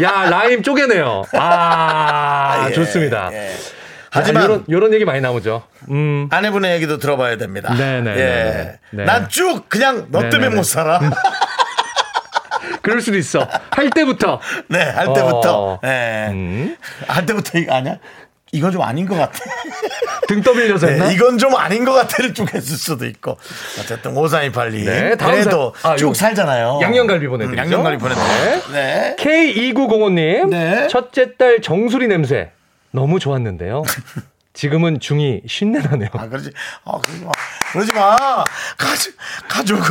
S2: 야, 라임 쪼개네요. 아,
S1: 예,
S2: 좋습니다.
S1: 예.
S2: 하지만.
S1: 하지만
S2: 요런, 요런 얘기 많이 나오죠. 음.
S1: 아내분의 얘기도 들어봐야 됩니다.
S2: 네네,
S1: 예.
S2: 네네, 네.
S1: 난 쭉 그냥 너
S2: 네네네. 음.
S1: 때문에 못 살아.
S2: 그럴 수도 있어. 할 때부터.
S1: [laughs] 네, 할 때부터.
S2: 어.
S1: 예.
S2: 음.
S1: 할 때부터 이거 아니야? 이건 좀 아닌 것 같아.
S2: 등 떠밀려서 했나?
S1: 네, 이건 좀 아닌 것 같아를 쭉 했을 수도 있고. 어쨌든 오사이팔리.
S2: 네, 다음
S1: 그래도
S2: 사- 아,
S1: 쭉
S2: 요-
S1: 살잖아요.
S2: 양념갈비 보내드리죠.
S1: 음, 양념갈비 보내드리죠. 네.
S2: K2905님.
S1: 네.
S2: 첫째 딸 정수리 냄새. 너무 좋았는데요. 지금은 중이 신내나네요.
S1: 아, 그러지. 아, 그러지 마. 그러지 마. 가족, 가족은,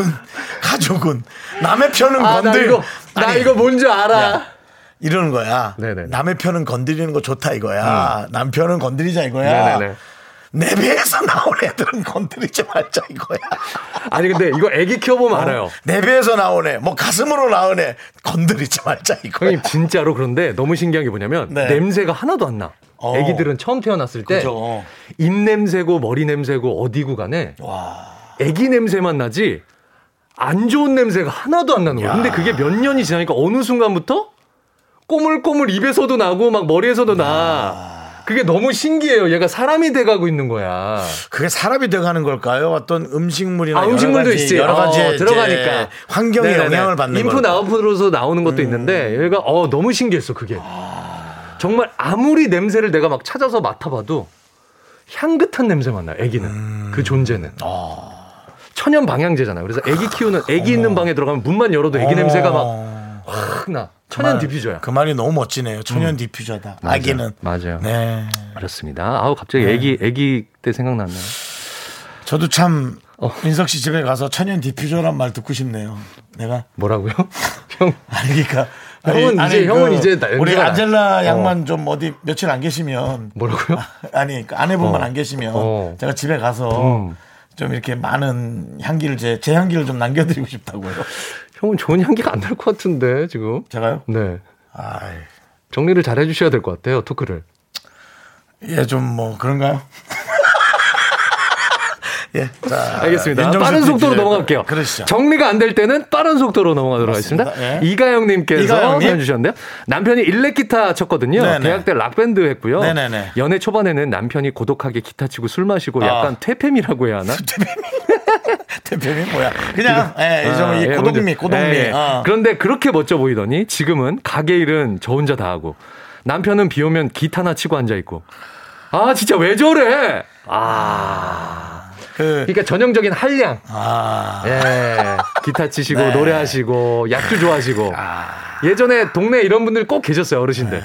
S1: 가족은. 남의 편은
S2: 아, 나
S1: 건들.
S2: 이거, 나
S1: 아니,
S2: 이거 뭔지 알아.
S1: 이러는 거야.
S2: 네네. 음.
S1: 남의 편은 건드리는 거 좋다 이거야. 남편은 건드리자 이거야.
S2: 네네네.
S1: 내 배에서 나온 애들은 건드리지 말자 이거야.
S2: 아니, 근데 이거 애기
S1: 어.
S2: 키워보면 [laughs] 알아요.
S1: 내 배에서 나온 애, 뭐 가슴으로 나온 애 건드리지 말자 이거야.
S2: 형님 진짜로 그런데 너무 신기한 게 뭐냐면
S1: 네.
S2: 냄새가 하나도 안 나.
S1: 어.
S2: 애기들은 처음 태어났을 때
S1: 그죠.
S2: 입냄새고 머리 냄새고 어디고 간에
S1: 와.
S2: 애기 냄새만 나지 안 좋은 냄새가 하나도 안 나는 거야. 근데 그게 몇 년이 지나니까 어느 순간부터 꼬물꼬물 입에서도 나고 막 머리에서도 나. 그게 너무 신기해요. 얘가 사람이 돼가고 있는 거야.
S1: 그게 사람이 돼가는 걸까요? 어떤 음식물이나
S2: 아,
S1: 여러
S2: 음식물도
S1: 가지-
S2: 있지.
S1: 여러 가지
S2: 어,
S1: 이제
S2: 들어가니까
S1: 환경에
S2: 네네네.
S1: 영향을 받는 음.
S2: 인풋
S1: 걸까요?
S2: 아웃풋으로서 나오는 것도 있는데 얘가 어 너무 신기했어 그게.
S1: 아.
S2: 정말 아무리 냄새를 내가 막 찾아서 맡아봐도 향긋한 냄새만 나. 아기는
S1: 음.
S2: 그 존재는.
S1: 아.
S2: 천연 방향제잖아요. 그래서 아기 키우는 아기 있는 방에 들어가면 문만 열어도 아기
S1: 어.
S2: 냄새가 막 확 나. 천연
S1: 말-
S2: 디퓨저야.
S1: 그 말이 너무 멋지네요. 천연 디퓨저다.
S2: 음. 맞아요.
S1: 아기는.
S2: 맞아요.
S1: 네.
S2: 그렇습니다. 아우 갑자기 애기 애기 때 생각났네요.
S1: 저도 참
S2: 어.
S1: 민석 씨 집에 가서 천연 디퓨저란 말 듣고 싶네요. 내가
S2: 뭐라고요? [laughs] 형
S1: 아니 그러니까
S2: 형은 이제- 형은 이제 나-
S1: 우리
S2: 연기가 나-
S1: 안젤라
S2: 어.
S1: 양만 좀 어디 며칠 안 계시면
S2: 뭐라고요?
S1: 아니 그 아내분만
S2: 어.
S1: 안 계시면
S2: 어.
S1: 제가 집에 가서
S2: 음.
S1: 좀 이렇게 많은 향기를 제, 제 향기를 좀 남겨드리고 싶다고요.
S2: 형은 좋은 향기가 안 날 것 같은데 지금.
S1: 제가요?
S2: 네.
S1: 아이,
S2: 정리를 잘 해주셔야 될 것 같아요 토크를.
S1: 예, 좀 뭐 그런가요? [laughs] 예, 자,
S2: 알겠습니다.
S1: 윤정수
S2: 아, 빠른 속도로
S1: 디퓨저의-
S2: 넘어갈게요.
S1: 그러시죠.
S2: 정리가 안 될 때는 빠른 속도로 넘어가도록
S1: 맞습니다.
S2: 하겠습니다.
S1: 예.
S2: 이가영님께서
S1: 이가영님.
S2: 사연 주셨는데요. 남편이 일렉 기타 쳤거든요.
S1: 네네.
S2: 대학 때 락밴드 했고요.
S1: 네네네.
S2: 연애 초반에는 남편이 고독하게 기타 치고 술 마시고
S1: 아.
S2: 약간 퇴폐미라고 해야 하나?
S1: [laughs] 대표님 뭐야? 그냥 예, 이
S2: 아,
S1: 좀이
S2: 예,
S1: 고동미,
S2: 뭔지-
S1: 고동미.
S2: 예, 예.
S1: 어.
S2: 그런데 그렇게 멋져 보이더니 지금은 가게 일은 저 혼자 다 하고 남편은 비 오면 기타나 치고 앉아 있고. 아 진짜 왜 저래? 아.
S1: 그,
S2: 그러니까 전형적인 한량.
S1: 아,
S2: 예. 기타 치시고
S1: 네.
S2: 노래하시고 약주 좋아하시고 예전에 동네 이런 분들 꼭 계셨어요 어르신들.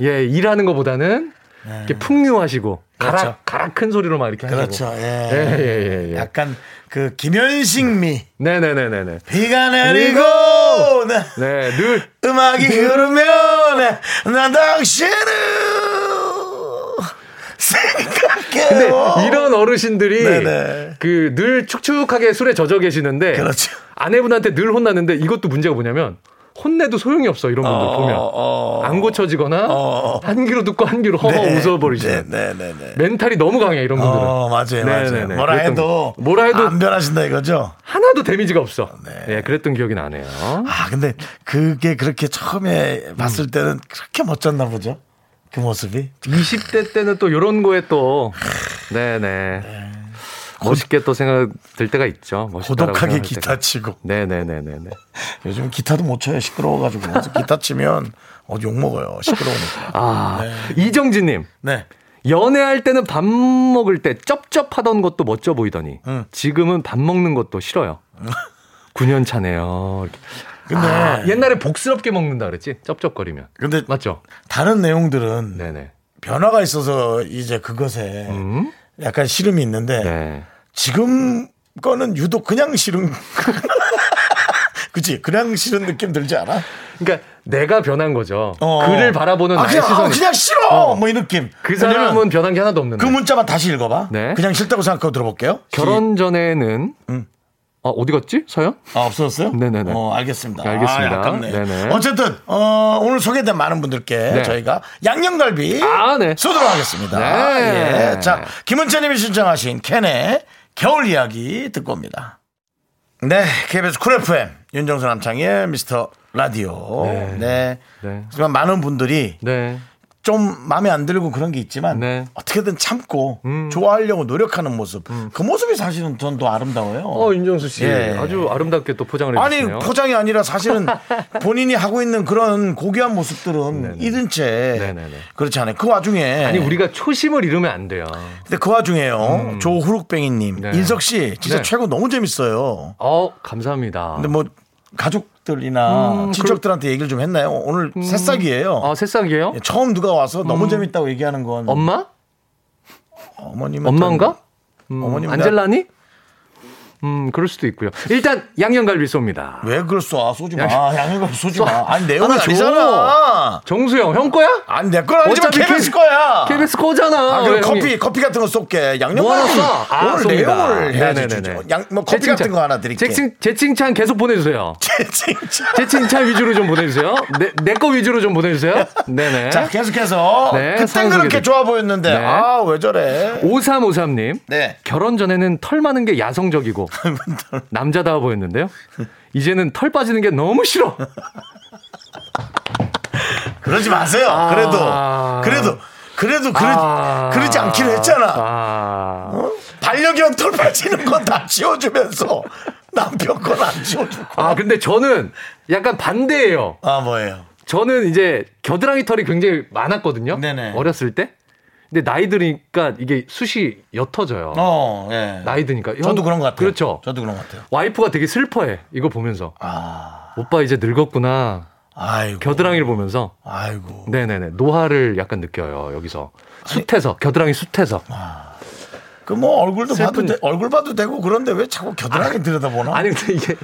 S1: 네.
S2: 예 일하는 것보다는 이렇게 풍류하시고 가락
S1: 그렇죠.
S2: 가락 큰 소리로 막 이렇게
S1: 그렇죠.
S2: 하시고.
S1: 예.
S2: 예, 예, 예, 예.
S1: 약간 그 김현식미
S2: 네네네네네.
S1: 비가 내리고 네.
S2: 네늘
S1: 음악이 흐르면 난 당신을 생각해요.
S2: 근데 이런 어르신들이
S1: 네네.
S2: 그 늘 축축하게 술에 젖어 계시는데
S1: 그렇죠.
S2: 아내분한테 늘 혼났는데 이것도 문제가 뭐냐면 혼내도 소용이 없어 이런 분들 보면 안 고쳐지거나
S1: 어.
S2: 한 귀로 듣고 한 귀로 허허
S1: 네.
S2: 웃어버리시는
S1: 네, 네, 네, 네.
S2: 멘탈이 너무 강해 이런 분들은
S1: 어, 맞아요, 맞아요.
S2: 네네네.
S1: 뭐라
S2: 그랬던-
S1: 해도
S2: 뭐라 해도
S1: 안 변하신다 이거죠.
S2: 하나도 데미지가 없어 예 그랬던 기억이 나네요
S1: 네. 아, 근데 그게 그렇게 처음에 봤을 때는 그렇게 멋졌나 보죠. 그 모습이
S2: 20대 때는 또 이런 거에 또 네네 멋있게 또 생각 들 때가 있죠 멋있다라고
S1: 고독하게
S2: 생각할 때가.
S1: 기타
S2: [laughs]
S1: 치고
S2: 네네네네네
S1: 요즘 기타도 못 쳐요 시끄러워가지고 그래서 [laughs] 기타 치면 어디 욕 먹어요 시끄러우니까.
S2: 아, 이정진님.
S1: 네.
S2: 연애할 때는 밥 먹을 때 쩝쩝하던 것도 멋져 보이더니
S1: 응.
S2: 지금은 밥 먹는 것도
S1: [laughs]
S2: 싫어요. 9년 차네요. 이렇게.
S1: 근데
S2: 아, 옛날에 복스럽게 먹는다 그랬지? 쩝쩝거리면.
S1: 근데
S2: 맞죠?
S1: 다른 내용들은
S2: 네네.
S1: 변화가 있어서 이제 그것에
S2: 음?
S1: 약간 시름이 있는데
S2: 네.
S1: 지금 거는 유독 그냥 싫은 [laughs] 그치 그냥 싫은 느낌 들지 않아?
S2: 그러니까 내가 변한 거죠.
S1: 어.
S2: 그를 바라보는
S1: 아,
S2: 나의
S1: 그냥, 아,
S2: 시선이.
S1: 그냥 싫어 뭐 이 느낌
S2: 그
S1: 왜냐면
S2: 사람은 변한 게 하나도 없는데.
S1: 그 문자만 다시 읽어봐
S2: 네.
S1: 그냥 싫다고 생각하고 들어볼게요
S2: 결혼 전에는
S1: 응.
S2: 아, 어디 갔지? 서연?
S1: 아, 없어졌어요?
S2: 네네네.
S1: 어, 알겠습니다.
S2: 알겠습니다.
S1: 아, 아깝네.
S2: 네네. 네.
S1: 어쨌든, 어, 오늘 소개된 많은 분들께 저희가 양념갈비
S2: 아, 네.
S1: 쏘도록 하겠습니다.
S2: 네.
S1: 예. 자, 김은채님이 신청하신 캔의 겨울 이야기 듣고 옵니다. 네, KBS 쿨 FM 윤정수 남창의 미스터 라디오.
S2: 네.
S1: 네.
S2: 네.
S1: 하지만 많은 분들이
S2: 네.
S1: 좀 마음에 안 들고 그런 게 있지만
S2: 네. 음.
S1: 어떻게든 참고 좋아하려고 노력하는 모습. 그 모습이 사실은 전 더 아름다워요.
S2: 어, 윤정수 씨.
S1: 예.
S2: 아주 아름답게 또 포장을
S1: 아니
S2: 해주시네요.
S1: 포장이
S2: [laughs]
S1: 아니라 사실은 본인이 하고 있는 그런 고귀한 모습들은 잊은 채
S2: 네네네.
S1: 그렇지 않아요. 그 와중에
S2: 아니 우리가 초심을 잃으면 안 돼요.
S1: 근데 그 와중에요. 조후룩뱅이님
S2: 네.
S1: 인석 씨 진짜
S2: 네.
S1: 최고 너무 재밌어요.
S2: 어 감사합니다.
S1: 근데 뭐 가족들이나
S2: 음,
S1: 친척들한테 얘기를 좀 했나요? 오늘 새싹이에요.
S2: 아 새싹이에요?
S1: 예, 처음 누가 와서 너무 재밌다고 얘기하는 건
S2: 엄마?
S1: 어머님
S2: 엄마인가?
S1: 어머님
S2: 안젤라니? 음 그럴 수도 있고요. 일단 양념갈비 쏩니다.
S1: 왜 그걸 쏴 쏘지
S2: 양-
S1: 마 양해가 쏘지
S2: 쏴.
S1: 마 아니 내용
S2: 하나 줘.
S1: 아니잖아
S2: 정수영 형 거야?
S1: 아니 내건 아니지만
S2: 어차피 K-
S1: KBS 거야
S2: KBS 거잖아.
S1: 아, 그럼
S2: 왜
S1: 커피,
S2: 형이?
S1: 커피 같은 거 쏠게.
S2: 뭐 하나
S1: 양념갈비.
S2: 쏴? 아,
S1: 오늘
S2: 쏩니다.
S1: 내용을 해야지.
S2: 네네네네.
S1: 주죠. 양, 뭐 커피
S2: 제 칭찬.
S1: 같은 거 하나 드릴게.
S2: 제,
S1: [laughs]
S2: 칭, 제 칭찬 계속 보내주세요.
S1: 진짜.
S2: 제 칭찬 위주로 좀 보내주세요. 내 거 위주로 좀 보내주세요. 네네.
S1: 자, 계속해서.
S2: 네,
S1: 그땐
S2: 사연
S1: 그렇게
S2: 소개해드릴게요.
S1: 좋아 보였는데.
S2: 네.
S1: 아, 왜 저래.
S2: 5353님.
S1: 네.
S2: 결혼 전에는 털 많은 게 야성적이고 남자다워 보였는데요. 이제는 털 빠지는 게 너무 싫어.
S1: 그러지 마세요.
S2: 아.
S1: 그래도. 그래도. 그래도 그러,
S2: 아.
S1: 그러지 않기로 했잖아.
S2: 아.
S1: 반려견 털 빠지는 건 다 지워주면서 [laughs] 남편 건 안 지워주고.
S2: 아, 근데 저는 약간 반대예요.
S1: 아, 뭐예요.
S2: 저는 이제 겨드랑이 털이 굉장히 많았거든요.
S1: 네네.
S2: 어렸을 때. 근데 나이 드니까 이게 숱이 옅어져요.
S1: 어, 예.
S2: 나이 드니까.
S1: 저도 그런 것 같아요.
S2: 그렇죠.
S1: 저도 그런 것 같아요.
S2: 와이프가 되게 슬퍼해. 이거 보면서.
S1: 아.
S2: 오빠 이제 늙었구나.
S1: 아이고.
S2: 겨드랑이를 보면서
S1: 아이고.
S2: 네네네 노화를 약간 느껴요 여기서 숱해서 겨드랑이 숱해서
S1: 아. 그 뭐 얼굴도
S2: 슬픈-
S1: 봐도 돼- 얼굴 봐도 되고 그런데 왜 자꾸 겨드랑이 들여다보나?
S2: 아니 근데 이게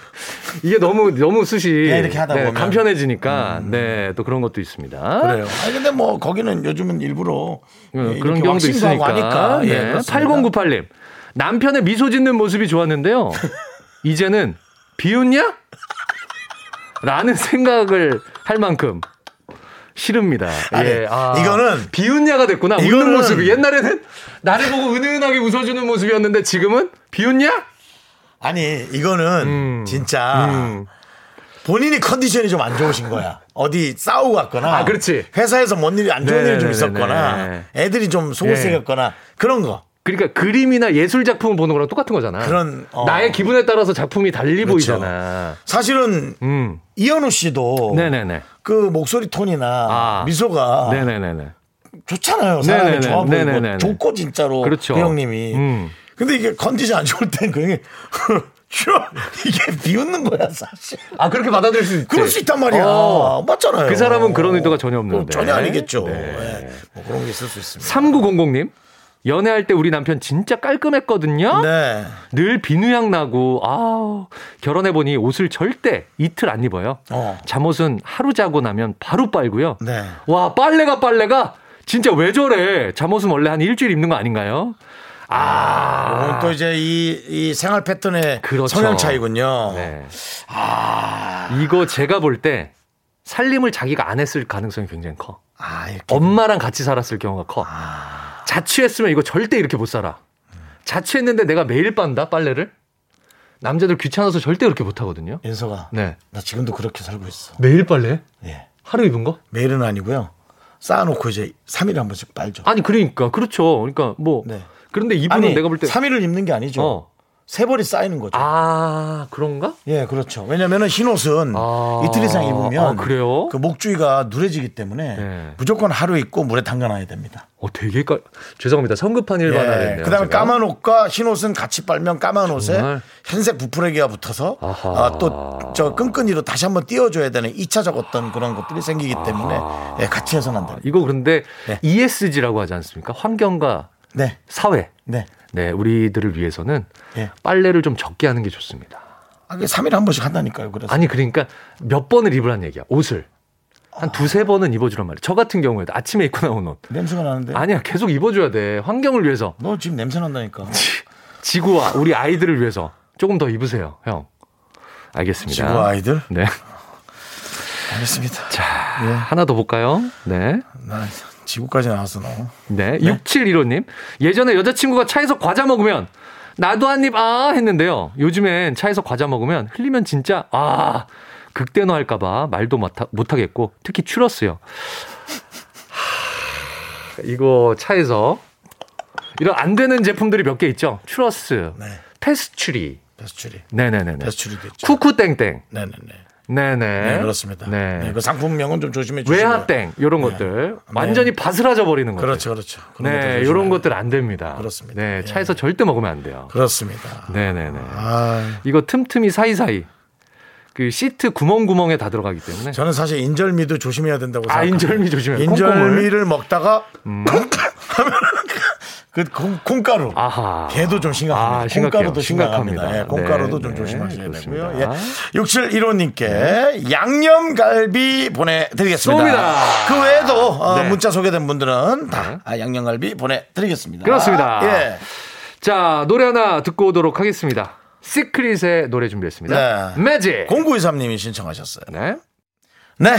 S2: 이게 너무 너무 숱이 네,
S1: 그냥 네, 이렇게 하다 보면. 음.
S2: 간편해지니까 네 또 그런 것도 있습니다.
S1: 그래요. 아니 근데 뭐 거기는 요즘은 일부러
S2: 예,
S1: 네, 이렇게
S2: 그런 경우도
S1: 왁싱도 하고
S2: 있으니까.
S1: 하니까 예,
S2: 네.
S1: 그렇습니다.
S2: 8098님. 남편의 미소 짓는 모습이 좋았는데요. 이제는 비웃냐? 라는 생각을 할 만큼 싫습니다.
S1: 아니,
S2: 예, 아,
S1: 이거는-
S2: 비웃냐가 됐구나.
S1: 이거는-
S2: 웃는 모습이 옛날에는 나를 보고 은은하게 웃어주는 모습이었는데 지금은 비웃냐?
S1: 아니 이거는
S2: 음.
S1: 진짜
S2: 음.
S1: 본인이 컨디션이 좀 안 좋으신 거야. 어디 싸우고 갔거나,
S2: 아, 그렇지.
S1: 회사에서 뭔 일이 안 좋은 일이 좀
S2: 네네네네.
S1: 있었거나, 애들이 좀 속을
S2: 예.
S1: 새겼거나 그런 거.
S2: 그러니까 그림이나 예술 작품 보는 거랑 똑같은 거잖아.
S1: 그런, 어.
S2: 나의 기분에 따라서 작품이 달리
S1: 그렇죠.
S2: 보이잖아.
S1: 사실은
S2: 음.
S1: 이현우 씨도
S2: 네네네.
S1: 그 목소리 톤이나
S2: 아.
S1: 미소가
S2: 네네네네.
S1: 좋잖아요. 사람이
S2: 네네네.
S1: 좋아 보이고
S2: 네네네.
S1: 좋고 진짜로
S2: 그렇죠.
S1: 그 형님이.
S2: 음.
S1: 근데 이게 컨디션 안 좋을 땐 그냥 [laughs] 이게 비웃는 거야 사실.
S2: 아 그렇게 받아들일 수 있지.
S1: 그럴 수 있단 말이야.
S2: 네. 어.
S1: 맞잖아요. 어,
S2: 그 사람은 그런 의도가 전혀 없는데.
S1: 전혀 아니겠죠.
S2: 네.
S1: 예. 뭐 그런 게 있을 수 있습니다.
S2: 3900님. 연애할 때 우리 남편 진짜 깔끔했거든요.
S1: 네.
S2: 늘 비누향 나고 아 결혼해 보니 옷을 절대 이틀 안 입어요.
S1: 어.
S2: 잠옷은 하루 자고 나면 바로 빨고요.
S1: 네.
S2: 와 빨래가 빨래가 진짜 왜 저래? 잠옷은 원래 한 일주일 입는 거 아닌가요?
S1: 그건 또 이제 이, 이 생활 패턴의
S2: 아. 그렇죠.
S1: 성향 차이군요.
S2: 네.
S1: 아.
S2: 이거 제가 볼 때 살림을 자기가 안 했을 가능성이 굉장히 커.
S1: 아, 이렇게.
S2: 엄마랑 같이 살았을 경우가 커.
S1: 아.
S2: 자취했으면 이거 절대 이렇게 못 살아. 자취했는데 내가 매일 빤다 빨래를. 남자들 귀찮아서 절대 그렇게 못 하거든요.
S1: 윤서가.
S2: 네.
S1: 나 지금도 그렇게 살고 있어.
S2: 매일 빨래?
S1: 예.
S2: 하루 입은 거?
S1: 매일은 아니고요. 쌓아놓고 이제 3일에 한 번씩 빨죠.
S2: 아니 그러니까 그렇죠. 그러니까 뭐
S1: 네.
S2: 그런데 이분은 내가 볼 때
S1: 3일을 입는 게 아니죠.
S2: 어.
S1: 세 벌이 쌓이는 거죠.
S2: 아 그런가?
S1: 예, 그렇죠. 왜냐면은 흰 옷은
S2: 아.
S1: 음. 이틀 이상 입으면
S2: 아, 그래요?
S1: 그 목주위가 누래지기 때문에
S2: 네.
S1: 무조건 하루 입고 물에 담가놔야 됩니다.
S2: 어 되게 깔... 죄송합니다. 성급한
S1: 예,
S2: 일반화됐네요.
S1: 그다음에
S2: 제가.
S1: 까만 옷과 흰 옷은 같이 빨면 까만 옷에
S2: 정말?
S1: 흰색 부풀레기가 붙어서
S2: 아하.
S1: 또 저 끈끈이로 다시 한번 띄워줘야 되는 2차적 어떤 그런 것들이 생기기 때문에 예, 같이 해서는 안 됩니다.
S2: 이거 그런데
S1: 네.
S2: ESG라고 하지 않습니까? 환경과
S1: 네,
S2: 사회.
S1: 네.
S2: 네, 우리들을 위해서는
S1: 예.
S2: 빨래를 좀 적게 하는 게 좋습니다.
S1: 아, 3일에 한 번씩 한다니까요. 그래서
S2: 아니 그러니까 몇 번을 입으란 얘기야 옷을
S1: 아.
S2: 한 두세 번은 입어주란 말이야 저 같은 경우에도 아침에 입고 나온 옷
S1: 냄새가 나는데.
S2: 아니야 계속 입어줘야 돼 환경을 위해서
S1: 너 지금 냄새 난다니까.
S2: 네. 지구와 우리 아이들을 위해서 조금 더 입으세요 형 알겠습니다
S1: 지구 아이들?
S2: 네.
S1: 알겠습니다. 예.
S2: 하나 더 볼까요? 네.
S1: 나 지구까지 나왔어 너.
S2: 네. 6715님. 예전에 여자친구가 차에서 과자 먹으면 나도 한 입 아 했는데요. 요즘엔 차에서 과자 먹으면 흘리면 진짜 아 극대노 할까봐 말도 못하- 못하겠고 특히 추러스요. 하, 이거 차에서 이런 안 되는 제품들이 몇 개 있죠. 추러스,
S1: 네.
S2: 페스츄리,
S1: 배수출이.
S2: 네네네네,
S1: 배수출이 됐죠.
S2: 쿠쿠땡땡,
S1: 네네네.
S2: 네네,
S1: 네, 그렇습니다.
S2: 네.
S1: 네. 그 상품명은 좀 조심해 주시고요.
S2: 외화땡 이런 것들
S1: 네.
S2: 완전히 바스라져 버리는 거죠.
S1: 그렇죠, 그렇죠. 그런 것들
S2: 네,
S1: 조심해야
S2: 이런
S1: 돼요.
S2: 것들 안 됩니다.
S1: 그렇습니다.
S2: 네,
S1: 예.
S2: 차에서 절대 먹으면 안 돼요.
S1: 그렇습니다.
S2: 네, 네, 네.
S1: 아,
S2: 이거 틈틈이 사이사이 그 시트 구멍구멍에 다 들어가기 때문에
S1: 저는 사실 인절미도 조심해야 된다고
S2: 아
S1: 생각합니다.
S2: 인절미 음. 조심해.
S1: 인절미를 먹다가 하면 [laughs] 그 콩, 콩가루.
S2: 아하.
S1: 걔도 좀 심각합니다.
S2: 아, 심각해요.
S1: 콩가루도
S2: 심각합니다.
S1: 심각합니다. 예, 콩가루도
S2: 네,
S1: 좀
S2: 네,
S1: 조심하셔야
S2: 그렇습니다.
S1: 되고요. 예. 6715님께 양념갈비 보내드리겠습니다.
S2: 쏩니다.
S1: 그 외에도 어,
S2: 네.
S1: 문자 소개된 분들은 다 아, 양념갈비 보내드리겠습니다.
S2: 그렇습니다.
S1: 예.
S2: 자, 노래 하나 듣고 오도록 하겠습니다. 시크릿의 노래 준비했습니다.
S1: 네.
S2: 매직.
S1: 0923님이 신청하셨어요.
S2: 네.
S1: 네.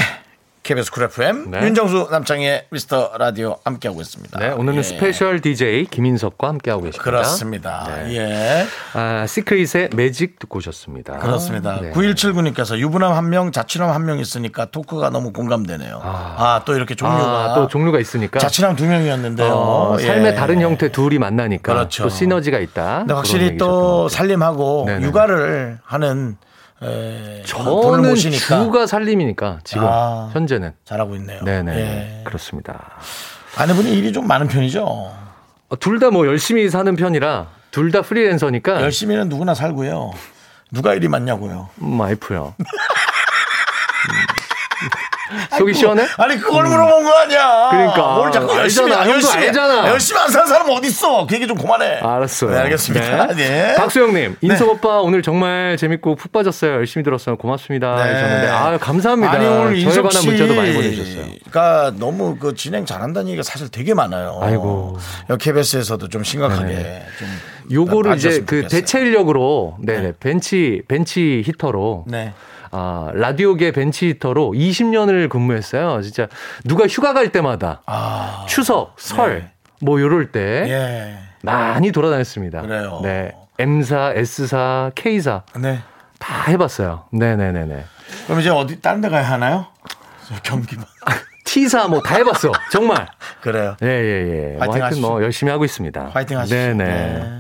S1: KBS 쿨 FM
S2: 네.
S1: 윤정수 남창희의 미스터 라디오 함께하고 있습니다.
S2: 네, 오늘은
S1: 예.
S2: 스페셜 DJ 김인석과 함께하고 계십니다. 네.
S1: 그렇습니다. 예.
S2: 아, 시크릿의 매직 듣고 오셨습니다.
S1: 그렇습니다.
S2: 네.
S1: 9179님께서 유부남 한 명, 자취남 한 명 있으니까 토크가 너무 공감되네요. 아, 또 이렇게 종류가
S2: 아, 또 종류가 있으니까.
S1: 자취남 두 명이었는데요.
S2: 어,
S1: 예.
S2: 삶의 다른 형태 둘이 만나니까
S1: 그렇죠.
S2: 또 시너지가 있다.
S1: 근데
S2: 그런
S1: 확실히
S2: 얘기셨던 것
S1: 또
S2: 같아요.
S1: 살림하고
S2: 네네.
S1: 육아를 하는 에, 분을
S2: 저는
S1: 모시니까
S2: 주가 살림이니까 지금
S1: 아.
S2: 현재는
S1: 잘하고 있네요.
S2: 네네
S1: 예.
S2: 그렇습니다.
S1: 아내분이 일이 좀 많은 편이죠.
S2: 둘 다 뭐 열심히 사는 편이라 둘 다 프리랜서니까
S1: 열심히는 누구나 [laughs] 살고요. 누가 일이 많냐고요.
S2: 음, 와이프요. 속이 시원해?
S1: 아니 그걸 물어본 거 아니야.
S2: 그러니까.
S1: 뭘 자꾸 열심히
S2: 알잖아.
S1: 안-
S2: 형도
S1: 열심히
S2: 알잖아.
S1: 열심히 안 사는 사람 어디 있어? 그 얘기 좀 그만해.
S2: 알았어요.
S1: 네, 알겠습니다. 네.
S2: 박수영님, 인석 오빠 오늘 정말 재밌고 푹 빠졌어요. 열심히 들었어요. 고맙습니다.
S1: 네.
S2: 하셨는데 아 감사합니다.
S1: 아니 오늘 아,
S2: 저에
S1: 인석
S2: 관한 문자도 많이 보내주셨어요.
S1: 씨가 너무 그 진행 잘한다는 얘기가 사실 되게 많아요.
S2: 아이고. 네.
S1: KBS에서도 좀 심각하게 좀
S2: 요거를 이제
S1: 봐주셨으면
S2: 그
S1: 좋겠어요.
S2: 대체 인력으로 네, 네. 벤치 벤치 히터로
S1: 네.
S2: 아, 라디오계 벤치 히터로 20년을 근무했어요. 진짜 누가 휴가 갈 때마다
S1: 아. 네.
S2: 추석, 설 뭐 요럴 때
S1: 예.
S2: 많이 돌아다녔습니다.
S1: 그래요.
S2: 네. M사, S사, K사
S1: 네.
S2: 다 해봤어요. 네네네네.
S1: 그럼 이제 어디 딴 데 가야 하나요? 저 경기만. [laughs]
S2: T사 뭐 다 해봤어. 정말.
S1: 그래요.
S2: 예, 예, 예. 뭐
S1: 화이팅
S2: 하여튼 뭐
S1: 하십시오.
S2: 열심히 하고 있습니다.
S1: 파이팅 하시죠.
S2: 네네.
S1: 네.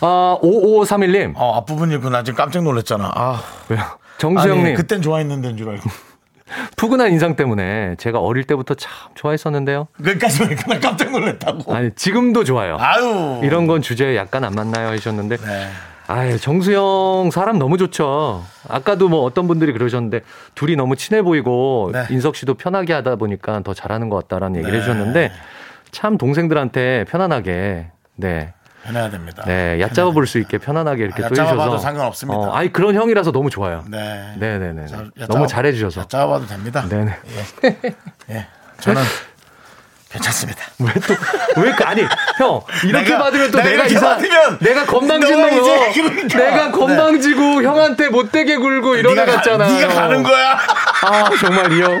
S2: 아, 5531님.
S1: 어, 앞부분 읽고 나 지금 깜짝 놀랐잖아. 아.
S2: 왜요?
S1: 아니,
S2: [laughs] 정수영님.
S1: 그땐 좋아했는데인 줄 알고. [laughs]
S2: 푸근한 인상 때문에 제가 어릴 때부터 참 좋아했었는데요.
S1: 그까지만 읽고 나 깜짝 놀랐다고.
S2: 아니, 지금도 좋아요.
S1: 어. 아유.
S2: 이런 건 주제에 약간 안 맞나요? 하셨는데.
S1: 네.
S2: 아유, 정수영 사람 너무 좋죠. 아까도 뭐 어떤 분들이 그러셨는데 둘이 너무 친해 보이고
S1: 네.
S2: 인석 씨도 편하게 하다 보니까 더 잘하는 것 같다라는 얘기를 해주셨는데 참 동생들한테 편안하게 네.
S1: 해놔야 됩니다.
S2: 네, 얕잡아 볼 수 있게 편안하게 이렇게
S1: 아,
S2: 또
S1: 얕잡아봐도
S2: 해주셔서
S1: 상관없습니다.
S2: 어, 아니 그런 형이라서 너무 좋아요.
S1: 네.
S2: 네, 네, 네.
S1: 자, 야,
S2: 너무
S1: 짜와-
S2: 잘해 주셔서.
S1: 야, 짜와봐도 됩니다.
S2: 네, 네.
S1: 예. 저는 괜찮습니다.
S2: 뭐 왜 그- 아니 형 이렇게
S1: 내가-
S2: 받으면 또
S1: 내가
S2: 내가
S1: 이렇게
S2: 이상
S1: 받으면
S2: 내가 건방진
S1: 너가
S2: 놈
S1: 이제 그러니까. 네.
S2: 내가 건방지고 형한테 못되게 굴고 이런 애
S1: 네가 가-
S2: 같잖아.
S1: 네가 가는 거야. [laughs]
S2: 아 정말이요.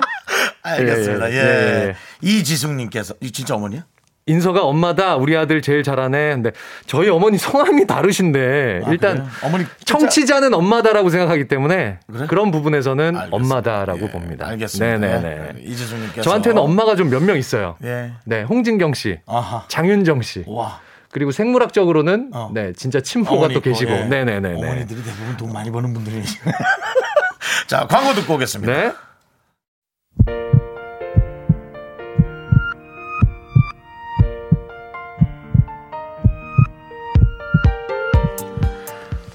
S1: 알겠습니다.
S2: 예,
S1: 예.
S2: 예, 예, 예.
S1: 이지숙님께서 이 진짜 어머니야?
S2: 인서가 엄마다 우리 아들 제일 잘하네. 근데 저희 어머니 성함이 다르신데
S1: 아,
S2: 일단
S1: 그래요? 어머니 진짜-
S2: 청취자는 엄마다라고 생각하기 때문에
S1: 그래?
S2: 그런 부분에서는
S1: 알겠습니다.
S2: 엄마다라고
S1: 예,
S2: 봅니다.
S1: 알겠습니다.
S2: 네네네.
S1: 예, 이지숙님께서
S2: 저한테는 엄마가 좀 몇 명 있어요.
S1: 예.
S2: 네, 홍진경 씨,
S1: 아하.
S2: 장윤정 씨,
S1: 와.
S2: 그리고 생물학적으로는
S1: 어.
S2: 네 진짜 친모가
S1: 어머니
S2: 또
S1: 있고,
S2: 계시고,
S1: 예.
S2: 네네네.
S1: 어머니들이 대부분 돈 많이 버는 분들이. [laughs] 자 광고 듣고 오겠습니다.
S2: 네.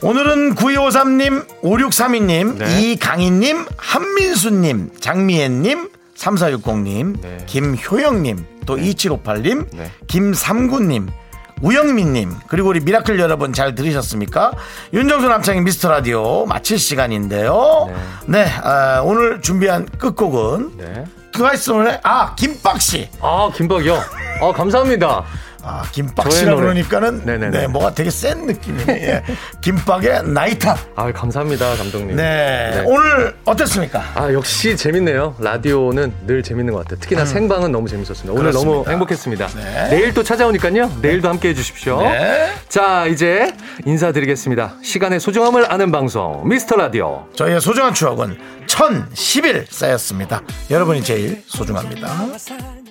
S1: 오늘은 9253님, 5632님,
S2: 네.
S1: 이강희님, 한민수님, 장미애님, 3460님, 김효영님, 또 2758님,
S2: 네.
S1: 김삼구님, 우영민님, 그리고 우리 미라클 여러분 잘 들으셨습니까? 윤정수 남창의 미스터 라디오 마칠 시간인데요. 네, 아, 오늘 준비한 끝곡은
S2: 네.
S1: 트와이스의 아 김박씨,
S2: 아 김박이요. 아 감사합니다.
S1: 아
S2: 저의
S1: 김박씨라
S2: 노래.
S1: 그러니까는
S2: 네네네.
S1: 네, 뭐가 되게 센 느낌이네. 예. 김박의 나이탑.
S2: 아 감사합니다 감독님.
S1: 네.
S2: 네.
S1: 오늘 어땠습니까?
S2: 아 역시 재밌네요. 라디오는 늘 재밌는 것 같아요. 특히나 생방은 너무 재밌었습니다. 오늘 너무
S1: 음. 그렇습니다.
S2: 행복했습니다. 내일 또 찾아오니까요. 내일도 함께해 주십시오.
S1: 네.
S2: 자 이제 인사드리겠습니다. 시간의 소중함을 아는 방송 미스터 라디오.
S1: 저희의 소중한 추억은 1010일 쌓였습니다. 여러분이 제일 소중합니다.
S8: 산